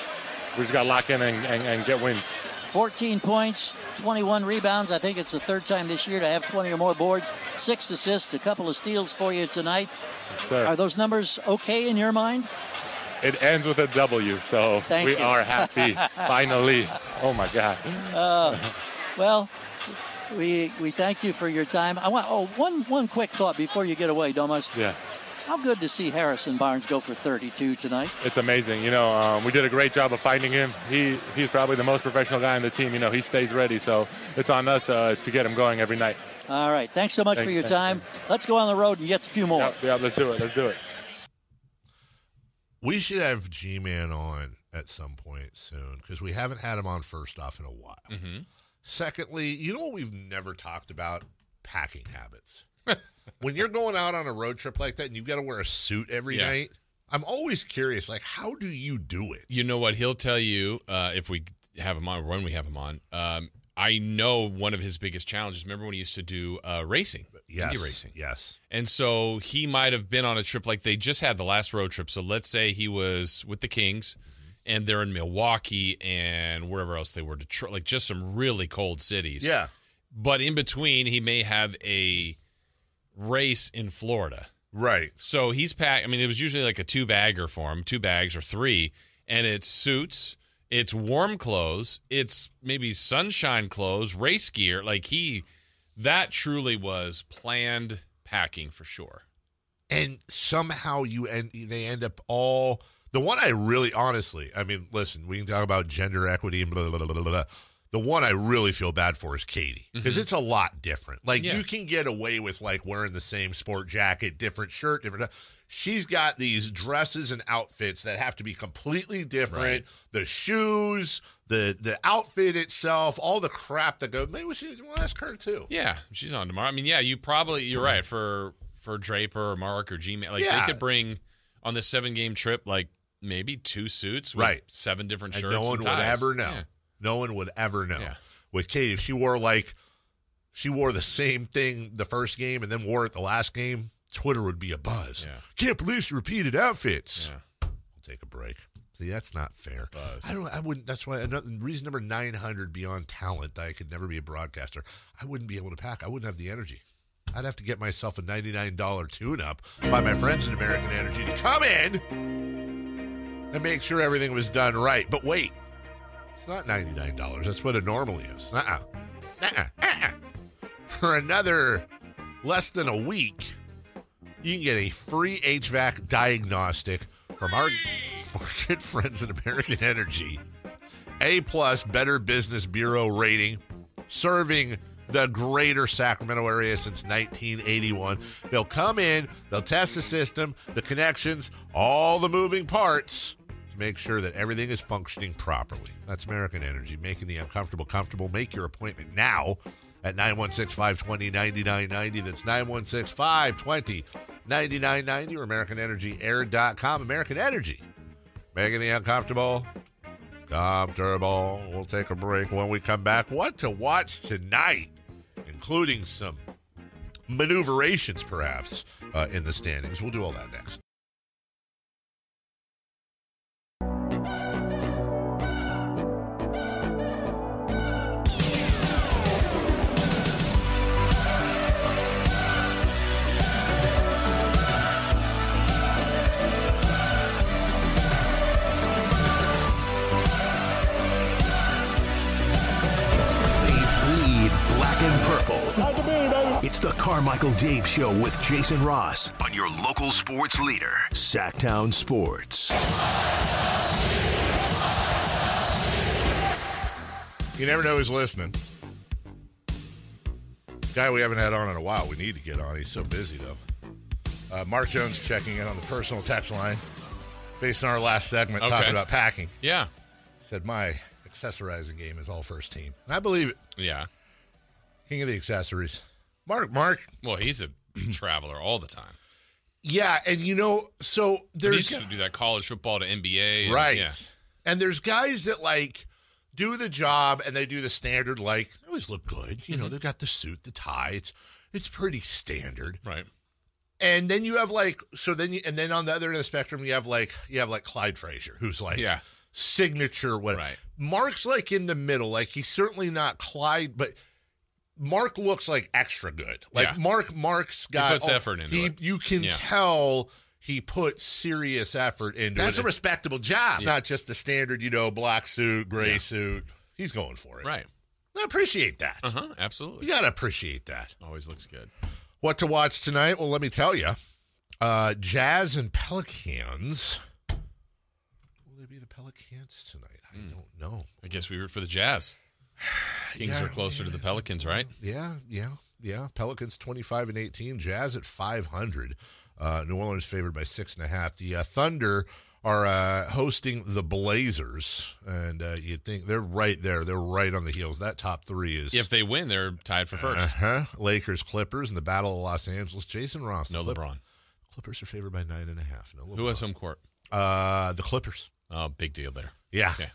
[SPEAKER 8] we just gotta lock in and, and, and get wins.
[SPEAKER 7] 14 points, 21 rebounds. I think it's the third time this year to have 20 or more boards, six assists, a couple of steals for you tonight.
[SPEAKER 8] sir.
[SPEAKER 7] Are those numbers okay in your mind?
[SPEAKER 8] It ends with a W, so
[SPEAKER 7] Thank
[SPEAKER 8] we
[SPEAKER 7] you.
[SPEAKER 8] are happy finally. Oh my God.
[SPEAKER 7] Uh, Well, we we thank you for your time. I want oh one one quick thought before you get away, Domas.
[SPEAKER 8] Yeah.
[SPEAKER 7] How good to see Harrison Barnes go for 32 tonight.
[SPEAKER 8] it's amazing. You know, um, we did a great job of finding him. He he's probably the most professional guy on the team. You know, he stays ready, so it's on us uh, to get him going every night.
[SPEAKER 7] All right, thanks so much
[SPEAKER 8] Thank-
[SPEAKER 7] for your
[SPEAKER 8] thank-
[SPEAKER 7] time. Let's go on the road and get a few more.
[SPEAKER 8] Yep, yep, let's do it. Let's do it.
[SPEAKER 9] We should have G Man on at some point soon because we haven't had him on first off in a while.
[SPEAKER 2] Mm-hmm.
[SPEAKER 9] Secondly, you know what we've never talked about? Packing habits. when you're going out on a road trip like that and you've got to wear a suit every
[SPEAKER 2] Yeah.
[SPEAKER 9] night, I'm always curious, like, how do you do it?
[SPEAKER 2] You know what? He'll tell you uh, if we have him on, or when we have him on. Um, I know one of his biggest challenges. Remember when he used to do uh, racing,
[SPEAKER 9] yes.
[SPEAKER 2] Indy racing?
[SPEAKER 9] Yes.
[SPEAKER 2] And so he might have been on a trip like they just had the last road trip. So let's say he was with the Kings and they're in Milwaukee and wherever else they were, Detroit, like just some really cold cities.
[SPEAKER 9] Yeah.
[SPEAKER 2] But in between, he may have a race in Florida.
[SPEAKER 9] Right.
[SPEAKER 2] So he's packed. I mean, it was usually like a two bagger for him, two bags or three, and it's suits, it's warm clothes, it's maybe sunshine clothes, race gear. Like he, that truly was planned packing for sure.
[SPEAKER 9] and somehow you end they end up all the one I really honestly I mean listen we can talk about gender equity and blah blah blah blah blah
[SPEAKER 1] The one I really feel bad for is Katie because
[SPEAKER 10] Mhm.
[SPEAKER 1] it's a lot different. Like
[SPEAKER 10] Yeah.
[SPEAKER 1] you can get away with like wearing the same sport jacket, different shirt, different. She's got these dresses and outfits that have to be completely different. The shoes, the the outfit itself, all the crap that goes. Maybe we should well, ask her too.
[SPEAKER 2] Yeah, she's on tomorrow. I mean, yeah, you probably you're right for for Draper or Mark or Gmail. Like
[SPEAKER 1] Yeah.
[SPEAKER 2] they could bring on this seven game trip like maybe two suits, with
[SPEAKER 1] Right.
[SPEAKER 2] Seven different
[SPEAKER 1] And
[SPEAKER 2] shirts.
[SPEAKER 1] no one
[SPEAKER 2] and
[SPEAKER 1] would
[SPEAKER 2] ties.
[SPEAKER 1] ever know.
[SPEAKER 2] Yeah.
[SPEAKER 1] No one would ever know.
[SPEAKER 2] Yeah.
[SPEAKER 1] With Katie, if she wore like she wore the same thing the first game and then wore it the last game, Twitter would be a buzz.
[SPEAKER 2] Yeah.
[SPEAKER 1] Can't believe she repeated outfits.
[SPEAKER 2] Yeah.
[SPEAKER 1] We'll take a break. See, that's not fair.
[SPEAKER 2] Buzz.
[SPEAKER 1] I don't. I wouldn't. That's why another, reason number nine hundred beyond talent. that I could never be a broadcaster. I wouldn't be able to pack. I wouldn't have the energy. I'd have to get myself a ninety nine dollar tune up by my friends at American Energy to come in and make sure everything was done right. But wait, it's not ninety nine dollars. That's what it normally is. Uh uh-uh. uh. For another less than a week, you can get a free HVAC diagnostic from our, our good friends at American Energy. A plus Better Business Bureau rating, serving the greater Sacramento area since 1981. They'll come in, they'll test the system, the connections, all the moving parts to make sure that everything is functioning properly. That's American Energy, making the uncomfortable comfortable. Make your appointment now at 916 520 9990. That's 916 520 9990 or AmericanEnergyAir.com. American Energy, making the uncomfortable comfortable. We'll take a break when we come back. What to watch tonight, including some maneuverations, perhaps, uh, in the standings. We'll do all that next.
[SPEAKER 4] They bleed black and purple. It's the Carmichael Dave Show with Jason Ross on your local sports leader, Sacktown Sports.
[SPEAKER 1] You never know who's listening. Guy we haven't had on in a while. We need to get on. He's so busy, though. Uh, Mark Jones checking in on the personal text line based on our last segment
[SPEAKER 2] Okay.
[SPEAKER 1] talking about packing.
[SPEAKER 2] Yeah.
[SPEAKER 1] Said, My accessorizing game is all first team. And I believe it.
[SPEAKER 2] Yeah.
[SPEAKER 1] King of the accessories. Mark, Mark.
[SPEAKER 2] Well, he's a traveler all the time.
[SPEAKER 1] Yeah, and you know, so
[SPEAKER 2] He
[SPEAKER 1] there's
[SPEAKER 2] used to do that college football to NBA. and-
[SPEAKER 1] right,
[SPEAKER 2] yeah.
[SPEAKER 1] and there's guys that like do the job and they do the standard. Like they always look good,
[SPEAKER 2] Mm-hmm.
[SPEAKER 1] you know. They've got the suit, the tie. It's it's pretty standard.
[SPEAKER 2] Right.
[SPEAKER 1] And then you have like so then you, and then on the other end of the spectrum you have like you have like Clyde Frazier who's like
[SPEAKER 2] Yeah.
[SPEAKER 1] signature what
[SPEAKER 2] Right.
[SPEAKER 1] Mark's like in the middle like he's certainly not Clyde but Mark looks like extra good like
[SPEAKER 2] Yeah.
[SPEAKER 1] Mark Mark's got
[SPEAKER 2] puts effort into
[SPEAKER 1] he,
[SPEAKER 2] it.
[SPEAKER 1] you can
[SPEAKER 2] Yeah.
[SPEAKER 1] tell he put serious effort into
[SPEAKER 2] That's
[SPEAKER 1] it
[SPEAKER 2] a
[SPEAKER 1] respectable job it's not just the standard you know black suit gray suit he's going for it
[SPEAKER 2] Right.
[SPEAKER 1] I appreciate that
[SPEAKER 2] Uh huh. Absolutely.
[SPEAKER 1] you gotta appreciate that
[SPEAKER 2] Always looks good.
[SPEAKER 1] what to watch tonight? Well, let me tell you. Uh, Jazz and Pelicans. Will they be the Pelicans tonight? I
[SPEAKER 2] Hmm.
[SPEAKER 1] don't know.
[SPEAKER 2] I guess we root for the Jazz. Kings
[SPEAKER 1] Yeah.
[SPEAKER 2] are closer to the Pelicans, right?
[SPEAKER 1] Yeah, yeah, yeah. Pelicans 25 and 18. Jazz at 500. Uh, New Orleans favored by six and a half. The uh, Thunder are uh, hosting the Blazers, and uh, you'd think they're right there. They're right on the heels. That top three is.
[SPEAKER 2] If they win, they're tied for first.
[SPEAKER 1] uh-huh. Lakers, Clippers, and the Battle of Los Angeles. Jason Ross.
[SPEAKER 2] No
[SPEAKER 1] the Clip-
[SPEAKER 2] LeBron.
[SPEAKER 1] Clippers are favored by nine and a half. No LeBron.
[SPEAKER 2] Who has home court?
[SPEAKER 1] Uh, the Clippers.
[SPEAKER 2] Oh, big deal there.
[SPEAKER 1] Yeah.
[SPEAKER 2] Okay.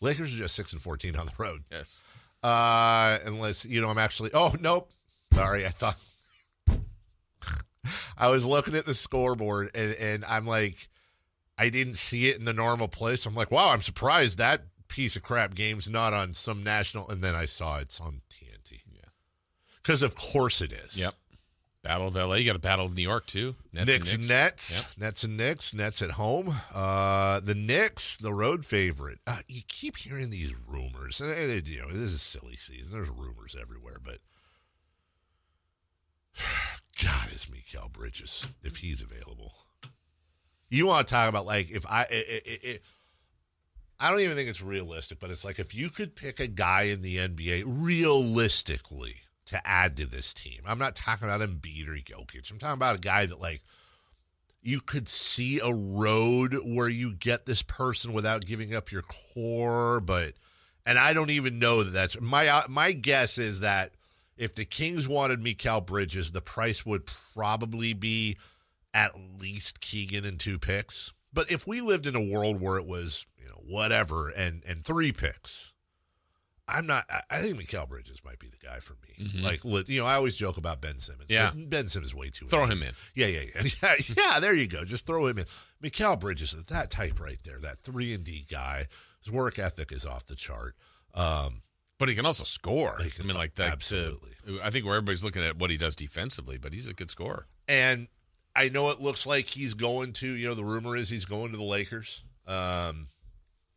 [SPEAKER 1] Lakers are just six and fourteen on the road.
[SPEAKER 2] Yes.
[SPEAKER 1] Uh, unless you know, I'm actually. Oh nope. Sorry, I thought. I was looking at the scoreboard and and I'm like, I didn't see it in the normal place. I'm like, wow, I'm surprised that piece of crap game's not on some national. And then I saw it's on TNT. Yeah. Because of course it is.
[SPEAKER 2] Yep. Battle of LA. You got a battle of New York too. Nets and
[SPEAKER 1] Knicks, and Nets, Nets and Knicks, Nets at home. Uh, the Knicks, the road favorite. Uh, you keep hearing these rumors, and and, you know this is silly season. There's rumors everywhere, but God is Mikael Bridges if he's available. You want to talk about like if I, i i i
[SPEAKER 11] I don't even think it's
[SPEAKER 1] realistic, but it's like if you could pick a guy in the NBA realistically to add to this team. I'm not talking about Embiid or Jokic. I'm talking about a guy that like you could see a road where you get this person without giving up your core, but and I don't even know that that's my uh, my guess is that if the Kings wanted Mikael Bridges, the price would probably be at least Keegan and two picks. But if we lived in a world where it was you know whatever and and three picks, I'm not. I- I think Mikael Bridges might be the guy for me.
[SPEAKER 11] Mhm.
[SPEAKER 1] Like li- you know, I always joke about Ben Simmons.
[SPEAKER 11] Yeah.
[SPEAKER 1] but Ben Simmons is way too.
[SPEAKER 11] Throw
[SPEAKER 1] easy.
[SPEAKER 11] him in.
[SPEAKER 1] Yeah, yeah, yeah, yeah, yeah. There you go. Just throw him in. Mikael Bridges is that type right there. That three and D guy. His work ethic is off the chart. Um,
[SPEAKER 2] but he can also score. I mean, like that.
[SPEAKER 1] absolutely.
[SPEAKER 2] uh, I think where everybody's looking at what he does defensively, but he's a good scorer.
[SPEAKER 1] and I know it looks like he's going to. You know, the rumor is he's going to the Lakers. Um,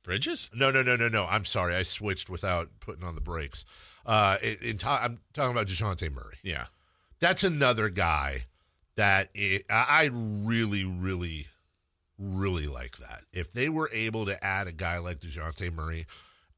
[SPEAKER 2] Bridges?
[SPEAKER 1] No, no, no, no, no. I'm sorry, I switched without putting on the brakes. Uh, it, in i I'm talking about Dejounte Murray.
[SPEAKER 2] Yeah.
[SPEAKER 1] that's another guy that it, I I really, really, really like that. If they were able to add a guy like Dejounte Murray,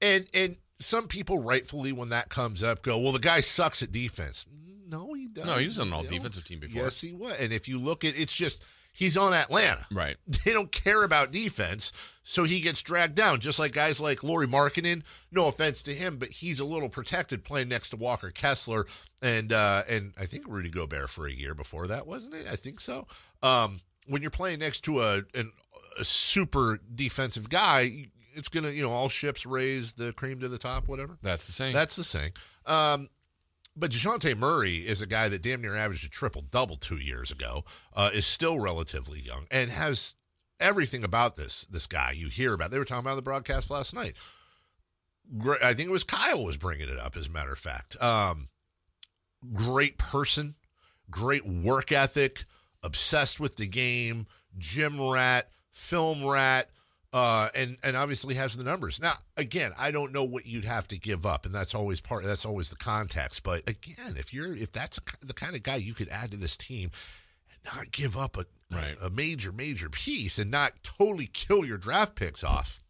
[SPEAKER 1] and and some people rightfully when that comes up go, well, the guy sucks at defense. No, he doesn't.
[SPEAKER 2] No, he was on an all
[SPEAKER 1] You know?
[SPEAKER 2] defensive team before.
[SPEAKER 1] Yes, he was. And if you look at it's just he's on Atlanta.
[SPEAKER 2] Right.
[SPEAKER 1] They don't care about defense, so he gets dragged down. Just like guys like Laurie Markkinen. No offense to him, but he's a little protected playing next to Walker Kessler and uh, and I think Rudy Gobert for a year before that, wasn't it? I think so. Um, when you're playing next to a an, a super defensive guy, it's gonna you know all ships raise the cream to the top, whatever.
[SPEAKER 2] That's the same.
[SPEAKER 1] That's the saying. Um, but DeJounte Murray is a guy that damn near averaged a triple double two years ago, uh, is still relatively young, and has everything about this this guy you hear about. They were talking about on the broadcast last night. Great, I think it was Kyle was bringing it up, as a matter of fact. Um, great person, great work ethic, obsessed with the game, gym rat, film rat, uh, and and obviously has the numbers. Now, again, I don't know what you'd have to give up, and that's always part. That's always the context. But again, if you're if that's the kind of guy you could add to this team, and not give up a a major major piece, and not totally kill your draft picks off.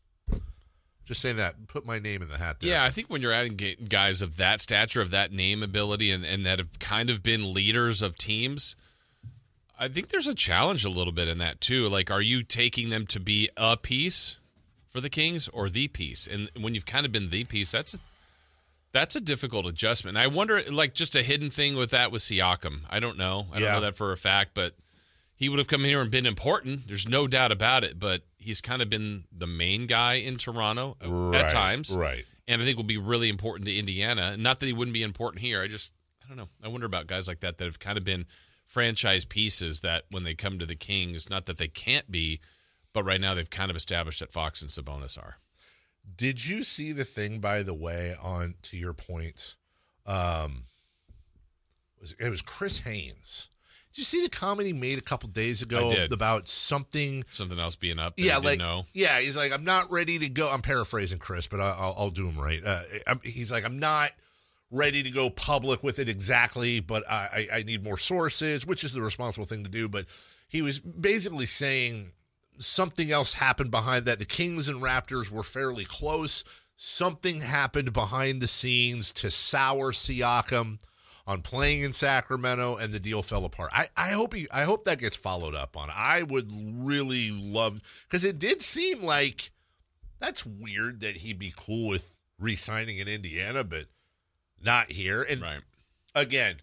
[SPEAKER 1] Just saying that. Put my name in the hat there.
[SPEAKER 2] Yeah, I think when you're adding ga- guys of that stature, of that name ability, and, and that have kind of been leaders of teams, I think there's a challenge a little bit in that too. Like, are you taking them to be a piece for the Kings or the piece? And when you've kind of been the piece, that's a, that's a difficult adjustment. And I wonder, like, just a hidden thing with that was Siakam. I don't know. I don't
[SPEAKER 1] Yeah.
[SPEAKER 2] know that for a fact, but he would have come here and been important. There's no doubt about it. But he's kind of been the main guy in Toronto uh,
[SPEAKER 11] Right,
[SPEAKER 2] at times,
[SPEAKER 11] right.
[SPEAKER 2] And I think will be really important to Indiana. Not that he wouldn't be important here. I just I don't know. I wonder about guys like that that have kind of been franchise pieces that when they come to the Kings, not that they can't be, but right now they've kind of established that Fox and Sabonis are.
[SPEAKER 1] Did you see the thing, by the way, on to your point? Um, was, it was Chris Haynes. Did you see the comment he made a couple days ago
[SPEAKER 2] I did.
[SPEAKER 1] about something?
[SPEAKER 2] Something else being up. That
[SPEAKER 1] yeah,
[SPEAKER 2] yeah,
[SPEAKER 1] like
[SPEAKER 2] know.
[SPEAKER 1] yeah, he's like, I'm not ready to go. I'm paraphrasing Chris, but I, I'll, I'll do him right. Uh, I'm, he's like, I'm not ready to go public with it exactly, but I, I, I need more sources, which is the responsible thing to do. But he was basically saying something else happened behind that. The Kings and Raptors were fairly close. Something happened behind the scenes to sour Siakam on playing in Sacramento, and the deal fell apart. I, I hope he, I hope that gets followed up on. I would really love because it did seem like that's weird that he'd be cool with re-signing in Indiana, but not here. And again,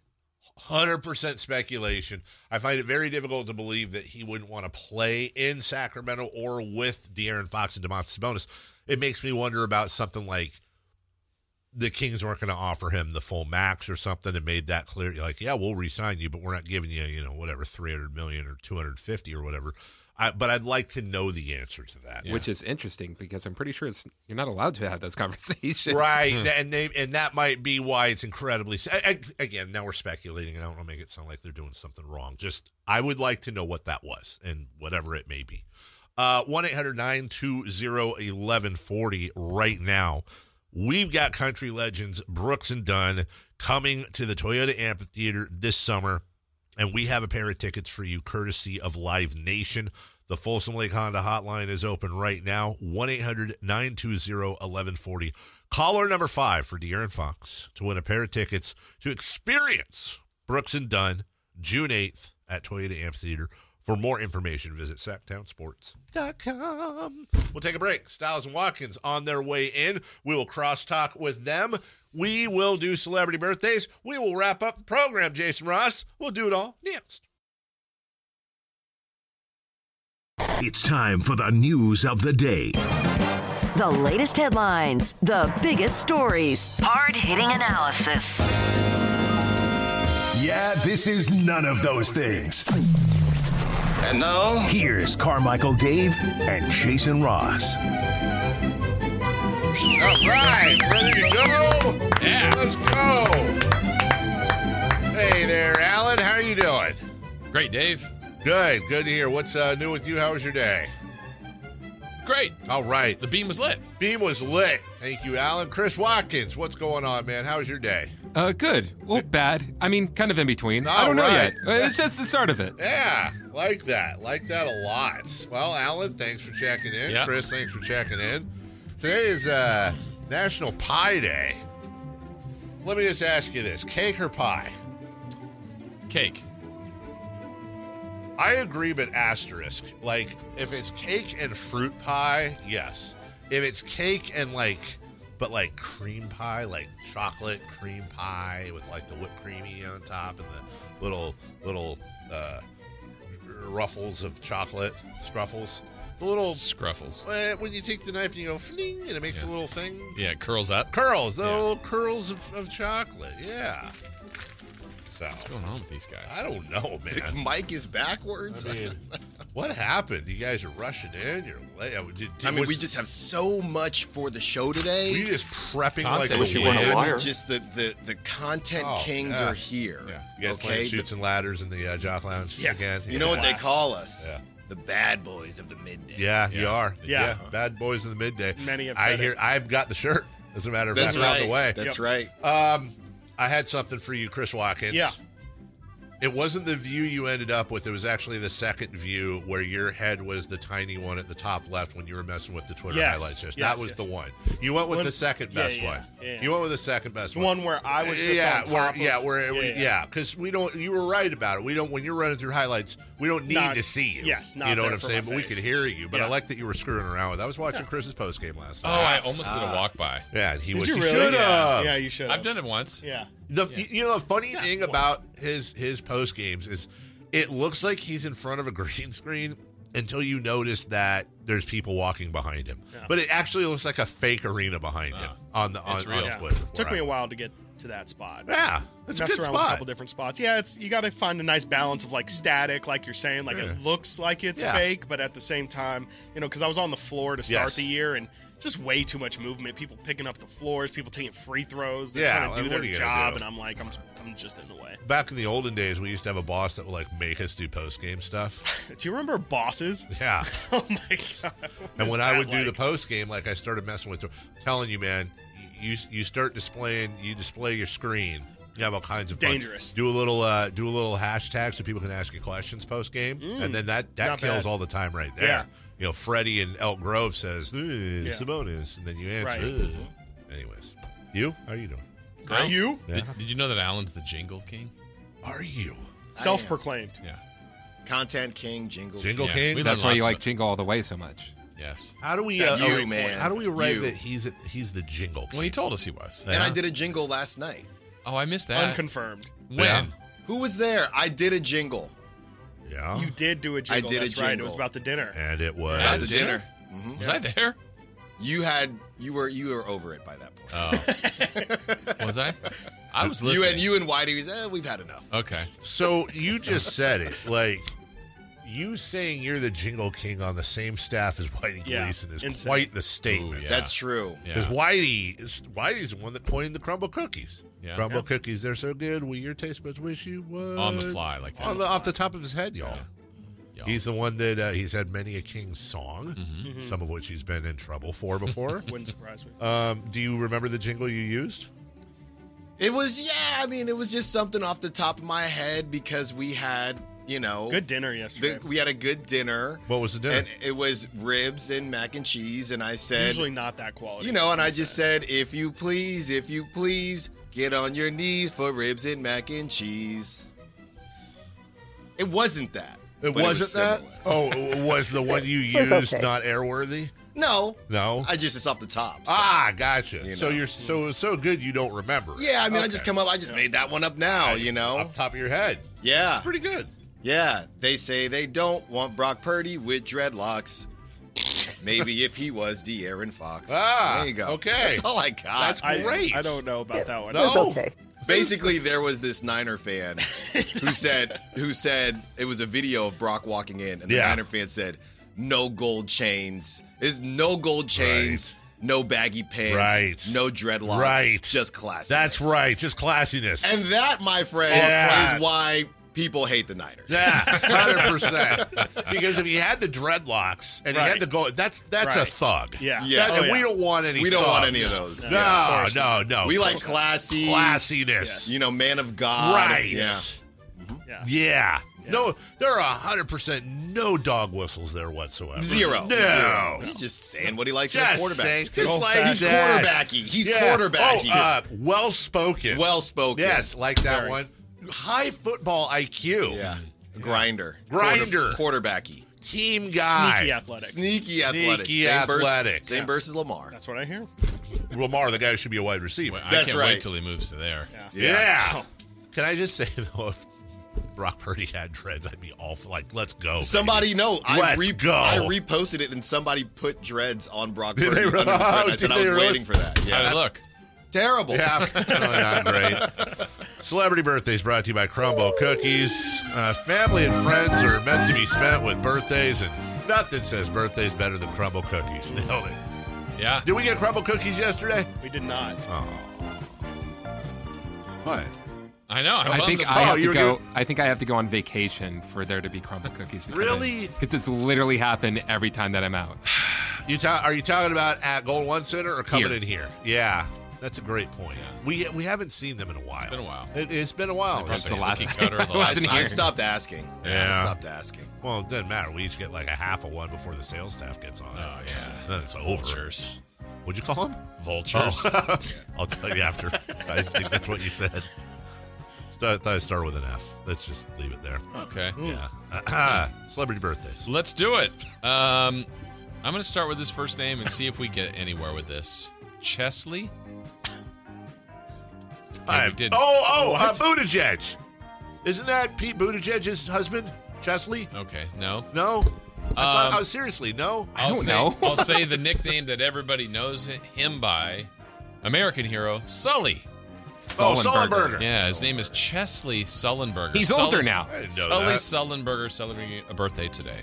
[SPEAKER 1] hundred percent speculation. I find it very difficult to believe that he wouldn't want to play in Sacramento or with De'Aaron Fox and Demontis Sabonis. It makes me wonder about something like the Kings weren't going to offer him the full max or something and made that clear. You're like, yeah, we'll re-sign you, but we're not giving you, you know, whatever, 300 million or 250 or whatever. I, but I'd like to know the answer to that.
[SPEAKER 3] Which is interesting because I'm pretty sure it's you're not allowed to have those conversations.
[SPEAKER 1] Right, and they and that might be why it's incredibly. I, I, again, now we're speculating, and I don't want to make it sound like they're doing something wrong. Just I would like to know what that was, and whatever it may be. Uh, One 1140 right now. We've got country legends Brooks and Dunn coming to the Toyota Amphitheater this summer
[SPEAKER 10] And we have a pair of tickets for you courtesy of Live Nation. The Folsom Lake Honda hotline is open right now 1 800 920 1140. Caller number five for De'Aaron Fox to win a pair of tickets to experience Brooks and Dunn June 8th at Toyota Amphitheater. For more information, visit sacktownsports.com. We'll take a break. Styles and Watkins on their way in. We will crosstalk with them. We will do celebrity birthdays. We will wrap up the program, Jason Ross. We'll do it all next.
[SPEAKER 4] It's time for the news of the day.
[SPEAKER 5] The latest headlines, the biggest stories, hard hitting analysis.
[SPEAKER 4] Yeah, this is none of those things.
[SPEAKER 12] And now,
[SPEAKER 4] here's Carmichael Dave and Jason Ross.
[SPEAKER 1] All right, ready to go? Yeah. Let's go. Hey there, Alan. How are you doing?
[SPEAKER 2] Great, Dave.
[SPEAKER 1] Good. Good to hear. What's uh, new with you? How was your day?
[SPEAKER 2] Great.
[SPEAKER 1] All right.
[SPEAKER 2] The beam was lit.
[SPEAKER 1] Beam was lit. Thank you, Alan. Chris Watkins, what's going on, man? How was your day?
[SPEAKER 3] Uh, good. Well, bad. I mean, kind of in between. I don't
[SPEAKER 1] right.
[SPEAKER 3] know yet. Uh, It's just the start of it.
[SPEAKER 1] Yeah, like that. Like that a lot. Well, Alan, thanks for checking in.
[SPEAKER 2] Yeah.
[SPEAKER 1] Chris, thanks for checking in. Today is uh, National Pie Day. Let me just ask you this cake or pie?
[SPEAKER 2] Cake.
[SPEAKER 1] I agree, but asterisk. Like, if it's cake and fruit pie, yes. If it's cake and like, but like cream pie, like chocolate cream pie with like the whipped creamy on top and the little little uh, ruffles of chocolate, scruffles, the little
[SPEAKER 2] Scruffles.
[SPEAKER 1] uh, when you take the knife and you go fling, and it makes a little thing.
[SPEAKER 2] Yeah, it curls up.
[SPEAKER 1] Curls, the little curls of, of chocolate. Yeah. So
[SPEAKER 2] What's going on with these guys?
[SPEAKER 1] I don't know, man.
[SPEAKER 12] Mike is backwards.
[SPEAKER 1] I
[SPEAKER 12] I
[SPEAKER 1] mean,
[SPEAKER 12] mean,
[SPEAKER 1] what happened? You guys are rushing in. You're late. I mean, did- was-
[SPEAKER 12] we just have so much for the show today.
[SPEAKER 1] were you just prepping like
[SPEAKER 2] Content. Wish you
[SPEAKER 1] wind?
[SPEAKER 2] weren't
[SPEAKER 12] I
[SPEAKER 2] a
[SPEAKER 12] mean,
[SPEAKER 2] liar.
[SPEAKER 12] just the, the, the content
[SPEAKER 1] Oh,
[SPEAKER 12] kings
[SPEAKER 1] yeah.
[SPEAKER 12] are here.
[SPEAKER 1] Yeah. You guys
[SPEAKER 12] okay,
[SPEAKER 1] playing shoots and ladders in the uh, jock lounge
[SPEAKER 12] yeah.
[SPEAKER 1] again.
[SPEAKER 12] You know what they call us?
[SPEAKER 1] Yeah.
[SPEAKER 12] The bad boys of the midday.
[SPEAKER 1] Yeah, you are.
[SPEAKER 8] Yeah.
[SPEAKER 1] Bad boys in the midday.
[SPEAKER 8] Many have
[SPEAKER 1] I
[SPEAKER 8] said
[SPEAKER 1] hear.
[SPEAKER 8] it.
[SPEAKER 1] I've got the shirt. As a matter of
[SPEAKER 12] That's
[SPEAKER 1] fact,
[SPEAKER 12] right.
[SPEAKER 1] around the way.
[SPEAKER 12] That's right.
[SPEAKER 1] Um, I had something for you, Chris Watkins.
[SPEAKER 8] Yeah.
[SPEAKER 1] It wasn't the view you ended up with. It was actually the second view where your head was the tiny one at the top left when you were messing with the Twitter
[SPEAKER 8] Yes.
[SPEAKER 1] highlights. Yes, that
[SPEAKER 8] Yes,
[SPEAKER 1] was
[SPEAKER 8] yes.
[SPEAKER 1] the one. You went with
[SPEAKER 8] When-
[SPEAKER 1] the second
[SPEAKER 8] yeah,
[SPEAKER 1] best
[SPEAKER 8] yeah,
[SPEAKER 1] one.
[SPEAKER 8] yeah.
[SPEAKER 1] You went with the second best
[SPEAKER 8] The one where I was just
[SPEAKER 1] yeah,
[SPEAKER 8] on
[SPEAKER 1] where,
[SPEAKER 8] top of-
[SPEAKER 1] yeah, where,
[SPEAKER 8] Yeah,
[SPEAKER 1] yeah,
[SPEAKER 8] yeah.
[SPEAKER 1] because we don't. You were right about it. We don't. When you're running through highlights, we don't need
[SPEAKER 8] Not-
[SPEAKER 1] to see you.
[SPEAKER 8] yes, not
[SPEAKER 1] you know
[SPEAKER 8] there
[SPEAKER 1] what I'm
[SPEAKER 8] for
[SPEAKER 1] saying.
[SPEAKER 8] my
[SPEAKER 1] But we
[SPEAKER 8] face.
[SPEAKER 1] could hear you. But I
[SPEAKER 8] Yeah.
[SPEAKER 1] like that you were screwing around with. I was watching Chris's post game last
[SPEAKER 2] Oh,
[SPEAKER 1] night.
[SPEAKER 2] I almost did a walk by.
[SPEAKER 1] yeah, and he
[SPEAKER 8] Did
[SPEAKER 1] was.
[SPEAKER 8] you really?
[SPEAKER 1] should
[SPEAKER 8] yeah.
[SPEAKER 1] have.
[SPEAKER 8] yeah, you should.
[SPEAKER 2] I've done it once.
[SPEAKER 8] Yeah.
[SPEAKER 1] The you know the funny thing about his his post games is it looks like he's in front of a green screen until you notice that there's people walking behind him. But it actually looks like a fake arena behind him on the on,
[SPEAKER 2] Uh, It's real.
[SPEAKER 1] on
[SPEAKER 8] Yeah.
[SPEAKER 1] Twitter.
[SPEAKER 8] Took me a
[SPEAKER 1] where
[SPEAKER 8] while to get to that spot.
[SPEAKER 1] I- Yeah, it's a
[SPEAKER 8] Messed
[SPEAKER 1] good
[SPEAKER 8] around with a
[SPEAKER 1] spot.
[SPEAKER 8] couple different spots. Yeah, it's you got to find a nice balance of like static, like you're saying, like it looks like it's
[SPEAKER 1] Yeah.
[SPEAKER 8] fake, but at the same time, you know, because I was on the floor to start
[SPEAKER 1] Yes.
[SPEAKER 8] the year and just way too much movement. People picking up the floors, people taking free throws, they're
[SPEAKER 1] Yeah,
[SPEAKER 8] trying to
[SPEAKER 1] like,
[SPEAKER 8] do
[SPEAKER 1] what
[SPEAKER 8] their
[SPEAKER 1] are you gonna
[SPEAKER 8] job,
[SPEAKER 1] do?
[SPEAKER 8] and I'm like, I'm, I'm just in the way.
[SPEAKER 1] Back in the olden days, we used to have a boss that would like make us do post game stuff.
[SPEAKER 8] Do you remember bosses?
[SPEAKER 1] Yeah.
[SPEAKER 8] Oh my god! What
[SPEAKER 1] And
[SPEAKER 8] is
[SPEAKER 1] when I
[SPEAKER 8] that
[SPEAKER 1] would do the
[SPEAKER 8] like?
[SPEAKER 1] post game, like I started messing with, I'm telling you, man, you you start displaying, you display your screen. You have all kinds of fun.
[SPEAKER 8] Dangerous.
[SPEAKER 1] Do a little, uh, do a little hashtag so people can ask you questions post game, and then that that
[SPEAKER 8] Mm. not
[SPEAKER 1] kills
[SPEAKER 8] bad.
[SPEAKER 1] all the time right there.
[SPEAKER 8] Yeah.
[SPEAKER 1] You know, Freddie and Elk Grove says "Eh,
[SPEAKER 8] Yeah.
[SPEAKER 1] Sabonis, and then you answer.
[SPEAKER 8] Right.
[SPEAKER 1] "Eh." Anyways, you how are you doing?
[SPEAKER 2] Are
[SPEAKER 8] you
[SPEAKER 2] Did, did you know that Alan's the jingle king?
[SPEAKER 1] Are you
[SPEAKER 8] self-proclaimed?
[SPEAKER 2] Yeah.
[SPEAKER 12] Content king, jingle.
[SPEAKER 1] Jingle
[SPEAKER 2] Yeah,
[SPEAKER 1] King?
[SPEAKER 2] we
[SPEAKER 3] That's why
[SPEAKER 2] Lots
[SPEAKER 3] you
[SPEAKER 2] of
[SPEAKER 3] like
[SPEAKER 2] it.
[SPEAKER 3] Jingle All the Way so much.
[SPEAKER 2] Yes.
[SPEAKER 1] How do we?
[SPEAKER 12] That's
[SPEAKER 1] uh,
[SPEAKER 12] you,
[SPEAKER 1] arrange-
[SPEAKER 12] man.
[SPEAKER 1] How do we
[SPEAKER 12] That's
[SPEAKER 1] write
[SPEAKER 12] you.
[SPEAKER 1] that he's a, he's the Jingle? King?
[SPEAKER 2] Well, he told us he was.
[SPEAKER 12] And I did a jingle last night.
[SPEAKER 2] Oh, I missed that.
[SPEAKER 8] Uh, Unconfirmed.
[SPEAKER 2] when?
[SPEAKER 1] Yeah.
[SPEAKER 12] Who was there? I did a jingle
[SPEAKER 1] Yeah,
[SPEAKER 8] You did do a jingle.
[SPEAKER 12] did a
[SPEAKER 8] That's right. It
[SPEAKER 12] jingle.
[SPEAKER 8] was about the dinner.
[SPEAKER 1] and it was
[SPEAKER 12] at
[SPEAKER 2] a
[SPEAKER 12] the
[SPEAKER 2] dinner?
[SPEAKER 12] dinner. Mhm.
[SPEAKER 2] Was I there?
[SPEAKER 12] You had you were you were over it by that point.
[SPEAKER 2] Was I? I was
[SPEAKER 12] you
[SPEAKER 2] listening. Uh,
[SPEAKER 12] and you and Whitey, was, eh, we've had enough.
[SPEAKER 2] Okay.
[SPEAKER 1] So you just said it, like you saying you're the Jingle King on the same staff as Whitey
[SPEAKER 8] Yeah,
[SPEAKER 1] Gleason is
[SPEAKER 8] insane.
[SPEAKER 1] quite the statement.
[SPEAKER 2] Ooh, yeah.
[SPEAKER 12] That's true.
[SPEAKER 1] Because
[SPEAKER 2] Yeah.
[SPEAKER 1] Whitey, is- Whitey's the one that coined the crumble cookies.
[SPEAKER 2] Yeah.
[SPEAKER 1] Crumble cookies, they're so good. Will your taste buds wish you would?
[SPEAKER 2] On the fly, like that.
[SPEAKER 1] On the, off the top of his head, y'all.
[SPEAKER 2] Y'all. Mm-hmm.
[SPEAKER 1] He's the one that uh, he's had many a King song, some of which he's been in trouble for before.
[SPEAKER 12] Uh,
[SPEAKER 8] Wouldn't surprise me.
[SPEAKER 1] um, do you remember the jingle you used?
[SPEAKER 12] It was yeah. I mean, it was just something off the top of my head because we had you know
[SPEAKER 8] Good dinner yesterday.
[SPEAKER 12] we had a good dinner.
[SPEAKER 1] What was the dinner?
[SPEAKER 12] And it was ribs and mac and cheese. And I said,
[SPEAKER 8] Usually not that quality.
[SPEAKER 12] you know, and I just said, if you please, if you please, get on your knees for ribs and mac and cheese. It wasn't that.
[SPEAKER 1] It
[SPEAKER 12] but was
[SPEAKER 1] wasn't that.
[SPEAKER 12] similar.
[SPEAKER 1] Oh, it was the one you
[SPEAKER 12] It's
[SPEAKER 1] used
[SPEAKER 12] okay.
[SPEAKER 1] not airworthy?
[SPEAKER 12] No,
[SPEAKER 1] No.
[SPEAKER 12] I just it's off the top. so-
[SPEAKER 1] ah, gotcha.
[SPEAKER 12] You
[SPEAKER 1] So
[SPEAKER 12] know.
[SPEAKER 1] you're so it was so good you don't remember. it.
[SPEAKER 12] Yeah, I mean, I
[SPEAKER 1] Okay.
[SPEAKER 12] just come up. I just made that one up now. You know,
[SPEAKER 1] off top of your head.
[SPEAKER 12] Yeah,
[SPEAKER 1] It's pretty good.
[SPEAKER 12] Yeah, they say they don't want Brock Purdy with dreadlocks. Maybe if he was De'Aaron Fox.
[SPEAKER 1] Ah,
[SPEAKER 12] there you go.
[SPEAKER 1] okay.
[SPEAKER 12] that's all I got.
[SPEAKER 1] That's
[SPEAKER 8] I,
[SPEAKER 1] great.
[SPEAKER 8] I don't know about that one.
[SPEAKER 12] No. It's okay. Basically, there was this Niner fan who said who said it was a video of Brock walking in, and the
[SPEAKER 1] Yeah.
[SPEAKER 12] Niner fan said, "No gold chains. Is no gold chains. No baggy pants.
[SPEAKER 1] Right.
[SPEAKER 12] No dreadlocks.
[SPEAKER 1] Right.
[SPEAKER 12] Just classic.
[SPEAKER 1] That's right. Just classiness.
[SPEAKER 12] And that, my friend,
[SPEAKER 1] Yes.
[SPEAKER 12] is why people hate the Niners.
[SPEAKER 1] yeah, hundred percent. Because if he had the dreadlocks and he
[SPEAKER 12] Right.
[SPEAKER 1] had the gold, that's that's a
[SPEAKER 12] Right.
[SPEAKER 1] thug.
[SPEAKER 8] Yeah.
[SPEAKER 12] Yeah.
[SPEAKER 1] That-
[SPEAKER 12] Oh,
[SPEAKER 1] and we
[SPEAKER 12] yeah.
[SPEAKER 1] don't want any.
[SPEAKER 12] We don't want any of
[SPEAKER 1] thugs.
[SPEAKER 12] those.
[SPEAKER 1] No,
[SPEAKER 12] Yeah, of course
[SPEAKER 1] no, no.
[SPEAKER 12] we like classy,
[SPEAKER 1] classiness.
[SPEAKER 12] You know, man of God.
[SPEAKER 1] Right.
[SPEAKER 12] Yeah. Mm-hmm.
[SPEAKER 8] Yeah.
[SPEAKER 1] Yeah. No, there are hundred percent no dog whistles there whatsoever.
[SPEAKER 12] Zero.
[SPEAKER 1] No.
[SPEAKER 12] Zero. He's just saying what he likes in a
[SPEAKER 1] Just
[SPEAKER 12] quarterback.
[SPEAKER 1] saying-
[SPEAKER 12] Just
[SPEAKER 1] just
[SPEAKER 12] like
[SPEAKER 1] like
[SPEAKER 12] he's
[SPEAKER 1] that.
[SPEAKER 12] quarterbacky. He's
[SPEAKER 1] Yeah.
[SPEAKER 12] quarterbacky.
[SPEAKER 1] Oh, uh, well spoken.
[SPEAKER 12] well spoken.
[SPEAKER 1] Yes, like that
[SPEAKER 12] Very.
[SPEAKER 1] one. High football IQ.
[SPEAKER 12] Yeah. Grinder.
[SPEAKER 1] Grinder.
[SPEAKER 12] Quarter, quarterbacky.
[SPEAKER 1] Team guy.
[SPEAKER 8] Sneaky athletic.
[SPEAKER 12] Sneaky athletic.
[SPEAKER 1] Sneaky
[SPEAKER 12] same verse-
[SPEAKER 1] athletic.
[SPEAKER 12] same versus Lamar.
[SPEAKER 8] That's what I hear.
[SPEAKER 1] Lamar, the guy who should be a wide receiver.
[SPEAKER 2] I
[SPEAKER 12] That's
[SPEAKER 2] can't
[SPEAKER 12] right.
[SPEAKER 2] wait till he moves to there.
[SPEAKER 1] yeah.
[SPEAKER 12] Oh.
[SPEAKER 1] Can I just say though, if Brock Purdy had dreads, I'd be awful. Like, let's go.
[SPEAKER 12] Somebody,
[SPEAKER 1] baby.
[SPEAKER 12] no, I,
[SPEAKER 1] Let's
[SPEAKER 12] re-
[SPEAKER 1] go.
[SPEAKER 12] I reposted it and somebody put dreads on Brock
[SPEAKER 1] Did
[SPEAKER 12] Purdy.
[SPEAKER 1] they
[SPEAKER 12] under
[SPEAKER 1] really?
[SPEAKER 12] the print. I said
[SPEAKER 1] Did
[SPEAKER 12] I
[SPEAKER 1] they
[SPEAKER 12] was
[SPEAKER 1] really?
[SPEAKER 12] waiting for that. Yeah,
[SPEAKER 2] How did it
[SPEAKER 12] that's
[SPEAKER 2] look?
[SPEAKER 12] terrible.
[SPEAKER 1] Yeah, it's really not great. Celebrity birthdays brought to you by Crumble Cookies. Uh, family and friends are meant to be spent with birthdays, and nothing says birthdays better than Crumble Cookies. Nailed it.
[SPEAKER 2] Yeah.
[SPEAKER 1] Did we get Crumble Cookies yesterday?
[SPEAKER 8] We did not.
[SPEAKER 1] Oh. What?
[SPEAKER 2] I know.
[SPEAKER 3] I
[SPEAKER 2] love
[SPEAKER 3] think
[SPEAKER 2] the-
[SPEAKER 3] I
[SPEAKER 1] Oh,
[SPEAKER 3] have
[SPEAKER 1] you're
[SPEAKER 3] to go. I think I have to go on vacation for there to be crumble cookies. To
[SPEAKER 1] Really?
[SPEAKER 3] Because it's literally happened every time that I'm out.
[SPEAKER 1] You ta- are you talking about at Gold One Center or coming
[SPEAKER 3] Here.
[SPEAKER 1] in here? Yeah, that's a great point. We we haven't seen them in a while.
[SPEAKER 2] Been a while.
[SPEAKER 1] It, it's been a while.
[SPEAKER 2] From
[SPEAKER 3] That's the last
[SPEAKER 2] cookie cutter, the
[SPEAKER 3] I
[SPEAKER 2] last
[SPEAKER 3] wasn't
[SPEAKER 12] I
[SPEAKER 3] here.
[SPEAKER 12] stopped asking.
[SPEAKER 1] Yeah.
[SPEAKER 12] I stopped asking.
[SPEAKER 1] Well, it doesn't matter. We each get like a half of one before the sales staff gets on.
[SPEAKER 2] Oh,
[SPEAKER 1] it.
[SPEAKER 2] yeah.
[SPEAKER 1] then it's over.
[SPEAKER 2] Vultures.
[SPEAKER 1] What'd you call them?
[SPEAKER 2] Vultures.
[SPEAKER 1] I'll tell you after. I think that's what you said. Start, I start with an F. Let's just leave it there.
[SPEAKER 12] Oh,
[SPEAKER 2] Okay.
[SPEAKER 1] Yeah. Celebrity birthdays.
[SPEAKER 2] Let's do it. Um, I'm going to start with his first name and see if we get anywhere with this. Chesley? Yeah, we did.
[SPEAKER 1] Oh, oh, uh, Buttigieg. Isn't that Pete Buttigieg's husband, Chesley?
[SPEAKER 2] Okay. No.
[SPEAKER 1] No. I thought,
[SPEAKER 2] Um,
[SPEAKER 1] oh, seriously, no.
[SPEAKER 3] I don't
[SPEAKER 2] say,
[SPEAKER 3] know.
[SPEAKER 2] I'll say the nickname that everybody knows him by American hero, Sully.
[SPEAKER 1] Oh, Sullenberger.
[SPEAKER 2] Yeah, his name is Chesley Sullenberger.
[SPEAKER 3] He's
[SPEAKER 2] Sullen-
[SPEAKER 3] older now.
[SPEAKER 1] I didn't know
[SPEAKER 2] Sully
[SPEAKER 1] that.
[SPEAKER 2] Sullenberger celebrating a birthday today.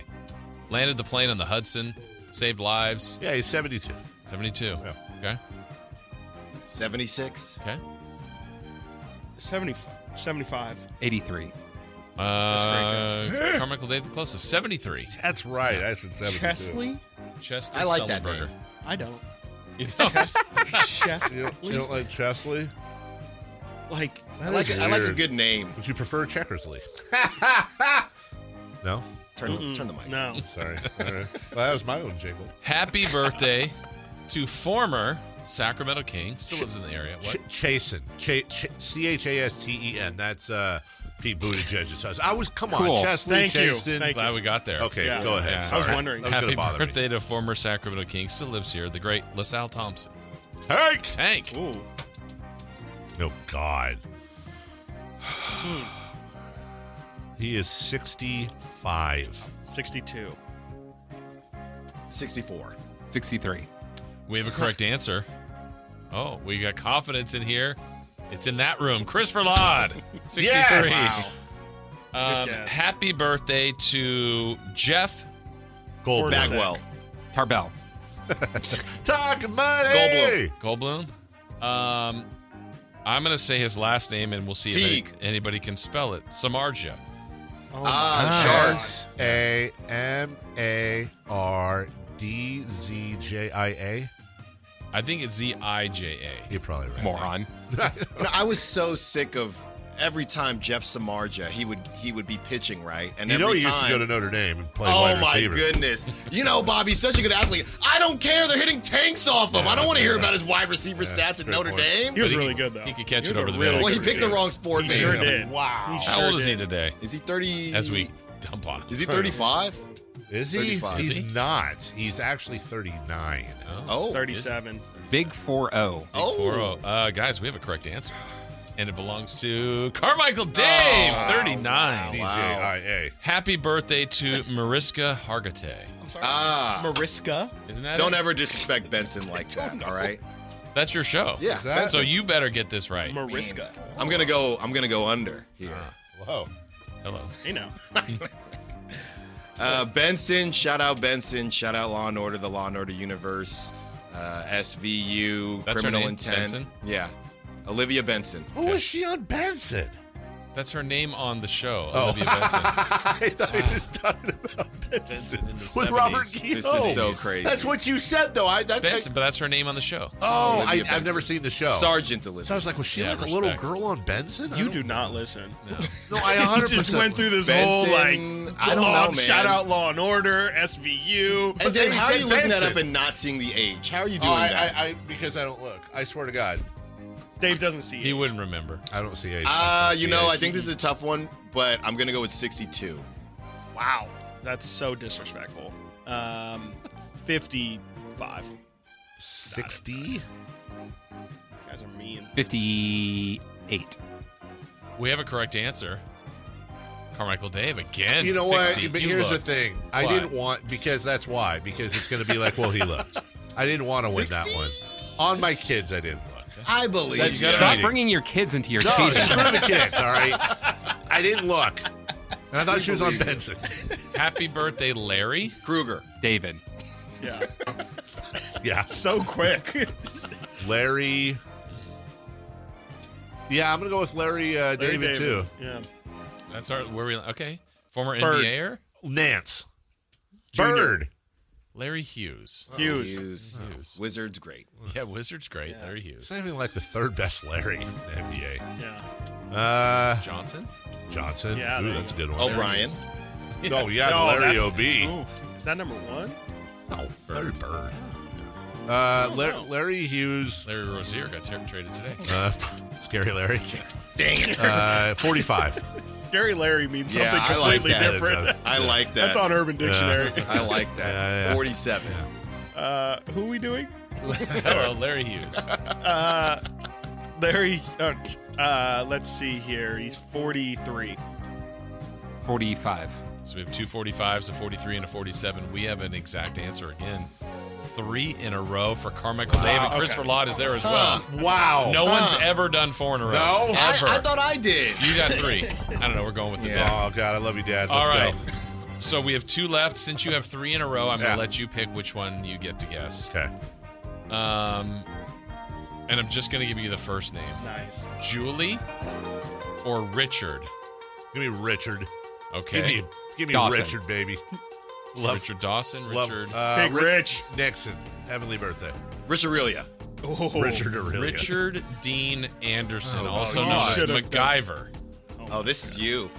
[SPEAKER 2] Landed the plane on the Hudson, saved lives.
[SPEAKER 1] Yeah, he's 72.
[SPEAKER 2] 72. Okay.
[SPEAKER 12] 76.
[SPEAKER 2] Okay.
[SPEAKER 8] 70, 75.
[SPEAKER 3] 83.
[SPEAKER 8] That's
[SPEAKER 2] Uh, Carmichael Dave, the closest. 73.
[SPEAKER 1] That's right. That's in 72.
[SPEAKER 8] Chesley?
[SPEAKER 2] Chesley
[SPEAKER 12] I like that
[SPEAKER 2] Sullenberger.
[SPEAKER 12] name.
[SPEAKER 8] I don't.
[SPEAKER 2] You don't?
[SPEAKER 8] Chesley.
[SPEAKER 1] You don't, you don't like Chesley?
[SPEAKER 8] like,
[SPEAKER 12] I like,
[SPEAKER 1] is
[SPEAKER 12] a, I like a
[SPEAKER 1] weird.
[SPEAKER 12] good name.
[SPEAKER 1] Would you prefer Checkersley? no?
[SPEAKER 12] Turn, turn the mic.
[SPEAKER 8] no.
[SPEAKER 1] Sorry. All right. Well, that was my own jingle.
[SPEAKER 2] Happy birthday to former Sacramento King. Still lives in the area. What?
[SPEAKER 1] Ch- Chasen. Ch- Ch- C-H-A-S-T-E-N. That's uh, Pete Buttigieg's husband. I was, come on,
[SPEAKER 3] Cool.
[SPEAKER 1] Chesley
[SPEAKER 8] Thank you.
[SPEAKER 1] Chasten.
[SPEAKER 8] Thank
[SPEAKER 2] Glad we got there.
[SPEAKER 1] Okay,
[SPEAKER 8] Yeah.
[SPEAKER 1] go ahead.
[SPEAKER 2] Yeah.
[SPEAKER 8] I was
[SPEAKER 1] Sorry.
[SPEAKER 8] wondering.
[SPEAKER 1] That was
[SPEAKER 2] Happy
[SPEAKER 1] gonna bother
[SPEAKER 2] birthday to former Sacramento King. Still lives here. The great LaSalle Thompson.
[SPEAKER 1] Me. Tank!
[SPEAKER 2] Tank.
[SPEAKER 8] Ooh.
[SPEAKER 1] Oh God. he is sixty-five.
[SPEAKER 8] 62.
[SPEAKER 12] 64.
[SPEAKER 3] 63.
[SPEAKER 2] We have a correct answer. Oh, we got confidence in here. It's in that room. Christopher Laud, 63.
[SPEAKER 1] Yes!
[SPEAKER 2] Um,
[SPEAKER 8] Good guess.
[SPEAKER 2] happy birthday to Jeff
[SPEAKER 1] Goldblum.
[SPEAKER 12] Bagwell.
[SPEAKER 3] Tarbell.
[SPEAKER 1] Talk money.
[SPEAKER 12] Goldblum.
[SPEAKER 2] Goldblum. Um, I'm going to say his last name and we'll see if any-
[SPEAKER 12] Teague.
[SPEAKER 2] anybody can spell it. Samarja.
[SPEAKER 8] Oh,
[SPEAKER 12] Ah,
[SPEAKER 1] S
[SPEAKER 12] sharks.
[SPEAKER 1] Uh, A M A R D Z J I A.
[SPEAKER 2] I think it's Z I J A.
[SPEAKER 1] You're probably right.
[SPEAKER 3] Moron.
[SPEAKER 12] No, I was so sick of every time Jeff Samarja he would he would be pitching right, and
[SPEAKER 1] you
[SPEAKER 12] every
[SPEAKER 1] know he
[SPEAKER 12] time,
[SPEAKER 1] used to go to Notre Dame and play
[SPEAKER 12] oh
[SPEAKER 1] wide
[SPEAKER 12] my
[SPEAKER 1] receiver.
[SPEAKER 12] goodness, you know Bobby's such a good athlete. I don't care they're hitting tanks off him. I don't want to hear about his wide receiver stats at Notre Dame.
[SPEAKER 2] But could- He could catch it
[SPEAKER 12] He was
[SPEAKER 2] over
[SPEAKER 12] a
[SPEAKER 2] the
[SPEAKER 12] really
[SPEAKER 2] middle.
[SPEAKER 12] good Well, he picked the receiver. wrong sport, He man. sure did. Wow. He
[SPEAKER 2] How
[SPEAKER 12] sure
[SPEAKER 2] old is he
[SPEAKER 12] did.
[SPEAKER 2] today?
[SPEAKER 12] Is he 30?
[SPEAKER 2] As we dump on him.
[SPEAKER 12] Is he 35?
[SPEAKER 1] Is he?
[SPEAKER 12] 35.
[SPEAKER 1] He's
[SPEAKER 12] Is he?
[SPEAKER 1] not. He's actually 39.
[SPEAKER 12] Oh.
[SPEAKER 8] 37.
[SPEAKER 3] Big oh. 4 0.
[SPEAKER 2] Big 4-0. Uh, guys, we have a correct answer. And it belongs to Carmichael Dave,
[SPEAKER 1] Oh,
[SPEAKER 2] 39.
[SPEAKER 1] DJIA.
[SPEAKER 2] Happy birthday to Mariska Hargitay.
[SPEAKER 12] Ah,
[SPEAKER 8] Mariska.
[SPEAKER 2] Isn't that
[SPEAKER 12] Don't
[SPEAKER 2] it?
[SPEAKER 12] ever disrespect Benson like that. All right,
[SPEAKER 2] That's your show.
[SPEAKER 12] Yeah, Exactly.
[SPEAKER 2] So you better get this right.
[SPEAKER 8] Mariska.
[SPEAKER 12] I'm gonna go. I'm gonna go under here.
[SPEAKER 1] Whoa.
[SPEAKER 2] Hello.
[SPEAKER 8] You know.
[SPEAKER 12] Uh, Benson, shout out Benson, shout out Law and Order, the Law and Order universe, uh, SVU,
[SPEAKER 2] That's her
[SPEAKER 12] Criminal
[SPEAKER 2] name,
[SPEAKER 12] Intent.
[SPEAKER 2] Benson?
[SPEAKER 12] Yeah, Olivia Benson.
[SPEAKER 1] Who was she on Benson?
[SPEAKER 2] That's her name on the show,
[SPEAKER 12] Oh.
[SPEAKER 2] Olivia Benson.
[SPEAKER 1] I thought he was talking about Benson,
[SPEAKER 2] Benson in the
[SPEAKER 1] with Robert
[SPEAKER 2] 70s.
[SPEAKER 1] Keogh.
[SPEAKER 2] This is so crazy.
[SPEAKER 1] That's what you said, though. I, that,
[SPEAKER 2] Benson, but that's her name on the show.
[SPEAKER 1] Oh,
[SPEAKER 2] Olivia
[SPEAKER 1] I, I've
[SPEAKER 2] Benson.
[SPEAKER 1] never seen the show.
[SPEAKER 2] Sergeant
[SPEAKER 1] So
[SPEAKER 2] Olivia.
[SPEAKER 1] I was like, was she
[SPEAKER 2] Yeah,
[SPEAKER 1] like a little
[SPEAKER 2] respect.
[SPEAKER 1] girl on Benson? I
[SPEAKER 8] You
[SPEAKER 1] don't-
[SPEAKER 8] do not listen.
[SPEAKER 1] No, I 100
[SPEAKER 8] just went through this whole like
[SPEAKER 12] I don't
[SPEAKER 8] law,
[SPEAKER 12] know, man.
[SPEAKER 8] shout out Law and Order, SVU.
[SPEAKER 12] And then how are you looking that up
[SPEAKER 8] And
[SPEAKER 12] and not seeing the age? How are you
[SPEAKER 1] Oh,
[SPEAKER 12] doing
[SPEAKER 1] I,
[SPEAKER 12] that?
[SPEAKER 1] I, I, because I don't look. I swear to God,
[SPEAKER 8] Dave doesn't see
[SPEAKER 2] He
[SPEAKER 8] it.
[SPEAKER 2] wouldn't remember.
[SPEAKER 1] I don't see age.
[SPEAKER 12] Ah, you
[SPEAKER 1] see
[SPEAKER 12] know,
[SPEAKER 1] age.
[SPEAKER 12] I think this is a tough one, but I'm gonna go with 62.
[SPEAKER 8] Wow, that's so disrespectful. Um, fifty-five.
[SPEAKER 1] 60.
[SPEAKER 8] You guys are mean.
[SPEAKER 3] 58.
[SPEAKER 2] We have a correct answer. Carmichael Dave again.
[SPEAKER 1] You know what?
[SPEAKER 2] 60.
[SPEAKER 1] But
[SPEAKER 2] You
[SPEAKER 1] here's
[SPEAKER 2] looked.
[SPEAKER 1] the thing. I
[SPEAKER 2] What?
[SPEAKER 1] didn't want because that's why because it's going to be like, well, he looked. I didn't want to win that
[SPEAKER 12] 60?
[SPEAKER 1] one. On my kids, I didn't look.
[SPEAKER 12] I believe
[SPEAKER 1] That's
[SPEAKER 12] you.
[SPEAKER 1] gotta
[SPEAKER 3] Stop
[SPEAKER 1] be-
[SPEAKER 3] bringing your kids into your
[SPEAKER 1] No,
[SPEAKER 8] Oh,
[SPEAKER 3] season.
[SPEAKER 1] screw the kids. All right, I didn't look, and I thought she was on Benson.
[SPEAKER 2] Happy birthday, Larry.
[SPEAKER 12] Kruger.
[SPEAKER 3] David.
[SPEAKER 8] Yeah,
[SPEAKER 1] Yeah,
[SPEAKER 8] so quick.
[SPEAKER 1] Larry. Yeah, I'm gonna go with Larry, uh,
[SPEAKER 8] Larry
[SPEAKER 1] David, too.
[SPEAKER 8] Yeah.
[SPEAKER 2] That's our where we okay. Former
[SPEAKER 1] Bird.
[SPEAKER 2] NBAer
[SPEAKER 1] Nance.
[SPEAKER 8] Junior.
[SPEAKER 1] Bird.
[SPEAKER 2] Larry Hughes.
[SPEAKER 8] Hughes.
[SPEAKER 12] Hughes. Wizards great.
[SPEAKER 2] Yeah, Wizards great. Larry Hughes.
[SPEAKER 1] It's not even like the third best Larry in the NBA.
[SPEAKER 8] Yeah.
[SPEAKER 1] Uh,
[SPEAKER 2] Johnson.
[SPEAKER 1] Johnson.
[SPEAKER 8] Yeah, there
[SPEAKER 1] Ooh,
[SPEAKER 8] you
[SPEAKER 1] that's a
[SPEAKER 8] go.
[SPEAKER 1] good one.
[SPEAKER 12] O'Brien.
[SPEAKER 1] Oh yeah,
[SPEAKER 8] No,
[SPEAKER 1] Larry
[SPEAKER 8] that's-
[SPEAKER 1] OB.
[SPEAKER 8] Ooh, is that number one?
[SPEAKER 1] No, Larry Bird. Uh, Lar- Larry Hughes.
[SPEAKER 2] Larry Rozier got ter- traded today.
[SPEAKER 1] Uh, scary Larry. Dang it. Uh, 45.
[SPEAKER 8] Scary Larry means
[SPEAKER 12] Yeah,
[SPEAKER 8] something
[SPEAKER 12] I like
[SPEAKER 8] completely
[SPEAKER 12] that.
[SPEAKER 8] different.
[SPEAKER 12] I like that.
[SPEAKER 8] That's on Urban Dictionary.
[SPEAKER 12] I like that.
[SPEAKER 1] Yeah, yeah.
[SPEAKER 12] 47.
[SPEAKER 8] Uh, who are we doing?
[SPEAKER 2] Hello, Larry Hughes.
[SPEAKER 8] Larry. Uh, uh, let's see here. He's forty-three.
[SPEAKER 3] 45.
[SPEAKER 2] So we have two 45s, a 43, and a 47. We have an exact answer again. Three in a row for Carmichael Dave and Christopher Lott is there as well.
[SPEAKER 1] wow.
[SPEAKER 2] No one's ever done four in a row.
[SPEAKER 1] No.
[SPEAKER 2] ever.
[SPEAKER 12] I, I thought I did.
[SPEAKER 2] you got three. I don't know. We're going with the
[SPEAKER 12] Yeah.
[SPEAKER 2] dad.
[SPEAKER 1] Oh God, I love you, Dad.
[SPEAKER 2] All
[SPEAKER 1] Let's
[SPEAKER 2] right.
[SPEAKER 1] go.
[SPEAKER 2] So we have two left. Since you have three in a row, I'm
[SPEAKER 1] Yeah.
[SPEAKER 2] gonna let you pick which one you get to guess.
[SPEAKER 1] Okay.
[SPEAKER 2] Um, and I'm just gonna give you the first name,
[SPEAKER 8] Nice.
[SPEAKER 2] Julie or Richard.
[SPEAKER 1] Give me Richard.
[SPEAKER 2] Okay.
[SPEAKER 1] Give me, give me
[SPEAKER 3] Dawson.
[SPEAKER 1] Richard, baby.
[SPEAKER 2] Love Richard Dawson.
[SPEAKER 1] Love-
[SPEAKER 2] Richard.
[SPEAKER 1] uh,
[SPEAKER 8] Big
[SPEAKER 1] Rick
[SPEAKER 8] Rich.
[SPEAKER 1] Nixon. Heavenly birthday.
[SPEAKER 12] Rich Aurelia.
[SPEAKER 8] Oh,
[SPEAKER 1] Richard Aurelia.
[SPEAKER 2] Richard Dean Anderson,
[SPEAKER 1] Oh,
[SPEAKER 2] also
[SPEAKER 1] oh,
[SPEAKER 2] known
[SPEAKER 1] you
[SPEAKER 2] as
[SPEAKER 8] should have done-
[SPEAKER 2] MacGyver.
[SPEAKER 12] Oh, this is you.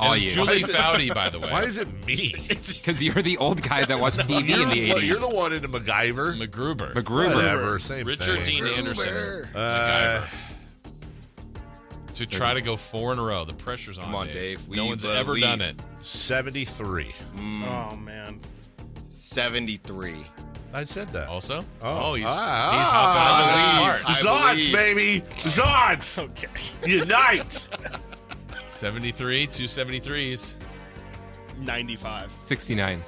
[SPEAKER 3] All
[SPEAKER 2] It's
[SPEAKER 3] you.
[SPEAKER 2] Julie Foudy, by the way.
[SPEAKER 1] Why is it me?
[SPEAKER 3] Because you're the old guy that watched TV in the
[SPEAKER 1] Well,
[SPEAKER 3] 80s.
[SPEAKER 1] you're the one into MacGyver.
[SPEAKER 2] MacGruber.
[SPEAKER 3] MacGruber.
[SPEAKER 1] Whatever, same
[SPEAKER 2] Richard
[SPEAKER 1] thing.
[SPEAKER 2] Dean
[SPEAKER 12] Gruber.
[SPEAKER 2] Anderson.
[SPEAKER 1] Uh,
[SPEAKER 2] To try to go four in a row. The pressure's on.
[SPEAKER 12] Come on, Dave.
[SPEAKER 2] no
[SPEAKER 12] We
[SPEAKER 2] one's ever
[SPEAKER 12] believe.
[SPEAKER 2] done it.
[SPEAKER 1] 73.
[SPEAKER 12] Hmm.
[SPEAKER 8] Oh man.
[SPEAKER 12] 73.
[SPEAKER 1] I said that.
[SPEAKER 2] Also?
[SPEAKER 1] Oh.
[SPEAKER 2] he's,
[SPEAKER 1] Ah,
[SPEAKER 2] he's hopping on
[SPEAKER 12] I
[SPEAKER 2] the
[SPEAKER 12] believe.
[SPEAKER 2] smart.
[SPEAKER 12] I
[SPEAKER 1] Zods,
[SPEAKER 12] believe.
[SPEAKER 1] baby! Zods!
[SPEAKER 8] Okay.
[SPEAKER 1] Unite!
[SPEAKER 2] 73, two 73s.
[SPEAKER 8] Ninety-five.
[SPEAKER 3] 69.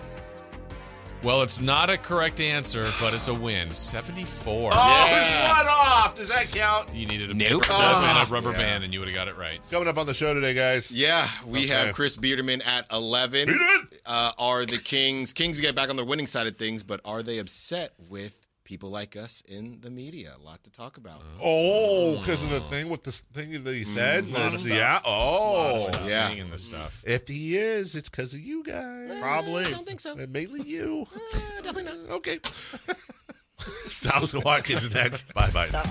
[SPEAKER 2] Well, it's not a correct answer, but it's a win. 74.
[SPEAKER 1] Oh, it's one off! Does that count?
[SPEAKER 2] You needed a
[SPEAKER 3] Nope.
[SPEAKER 2] paper dozen and
[SPEAKER 1] Ah.
[SPEAKER 2] a rubber
[SPEAKER 12] Yeah.
[SPEAKER 2] band, and you would have got it right.
[SPEAKER 1] Coming up on the show today, guys.
[SPEAKER 12] Yeah, we
[SPEAKER 1] Okay.
[SPEAKER 12] have Chris Biederman at 11.
[SPEAKER 1] Biederman!
[SPEAKER 12] Uh, are the Kings, Kings get back on the winning side of things, but are they upset with people like us in the media? A lot to talk about.
[SPEAKER 1] Oh, because of the thing with this thing that he said? Yeah.
[SPEAKER 2] Lot of
[SPEAKER 1] Oh.
[SPEAKER 2] stuff,
[SPEAKER 12] yeah.
[SPEAKER 2] singing this stuff.
[SPEAKER 1] If he is, it's because of you guys. Uh,
[SPEAKER 8] Probably.
[SPEAKER 12] I don't think so.
[SPEAKER 1] And mainly you.
[SPEAKER 12] Definitely not.
[SPEAKER 1] Okay. Styles and Watkins next. Bye bye.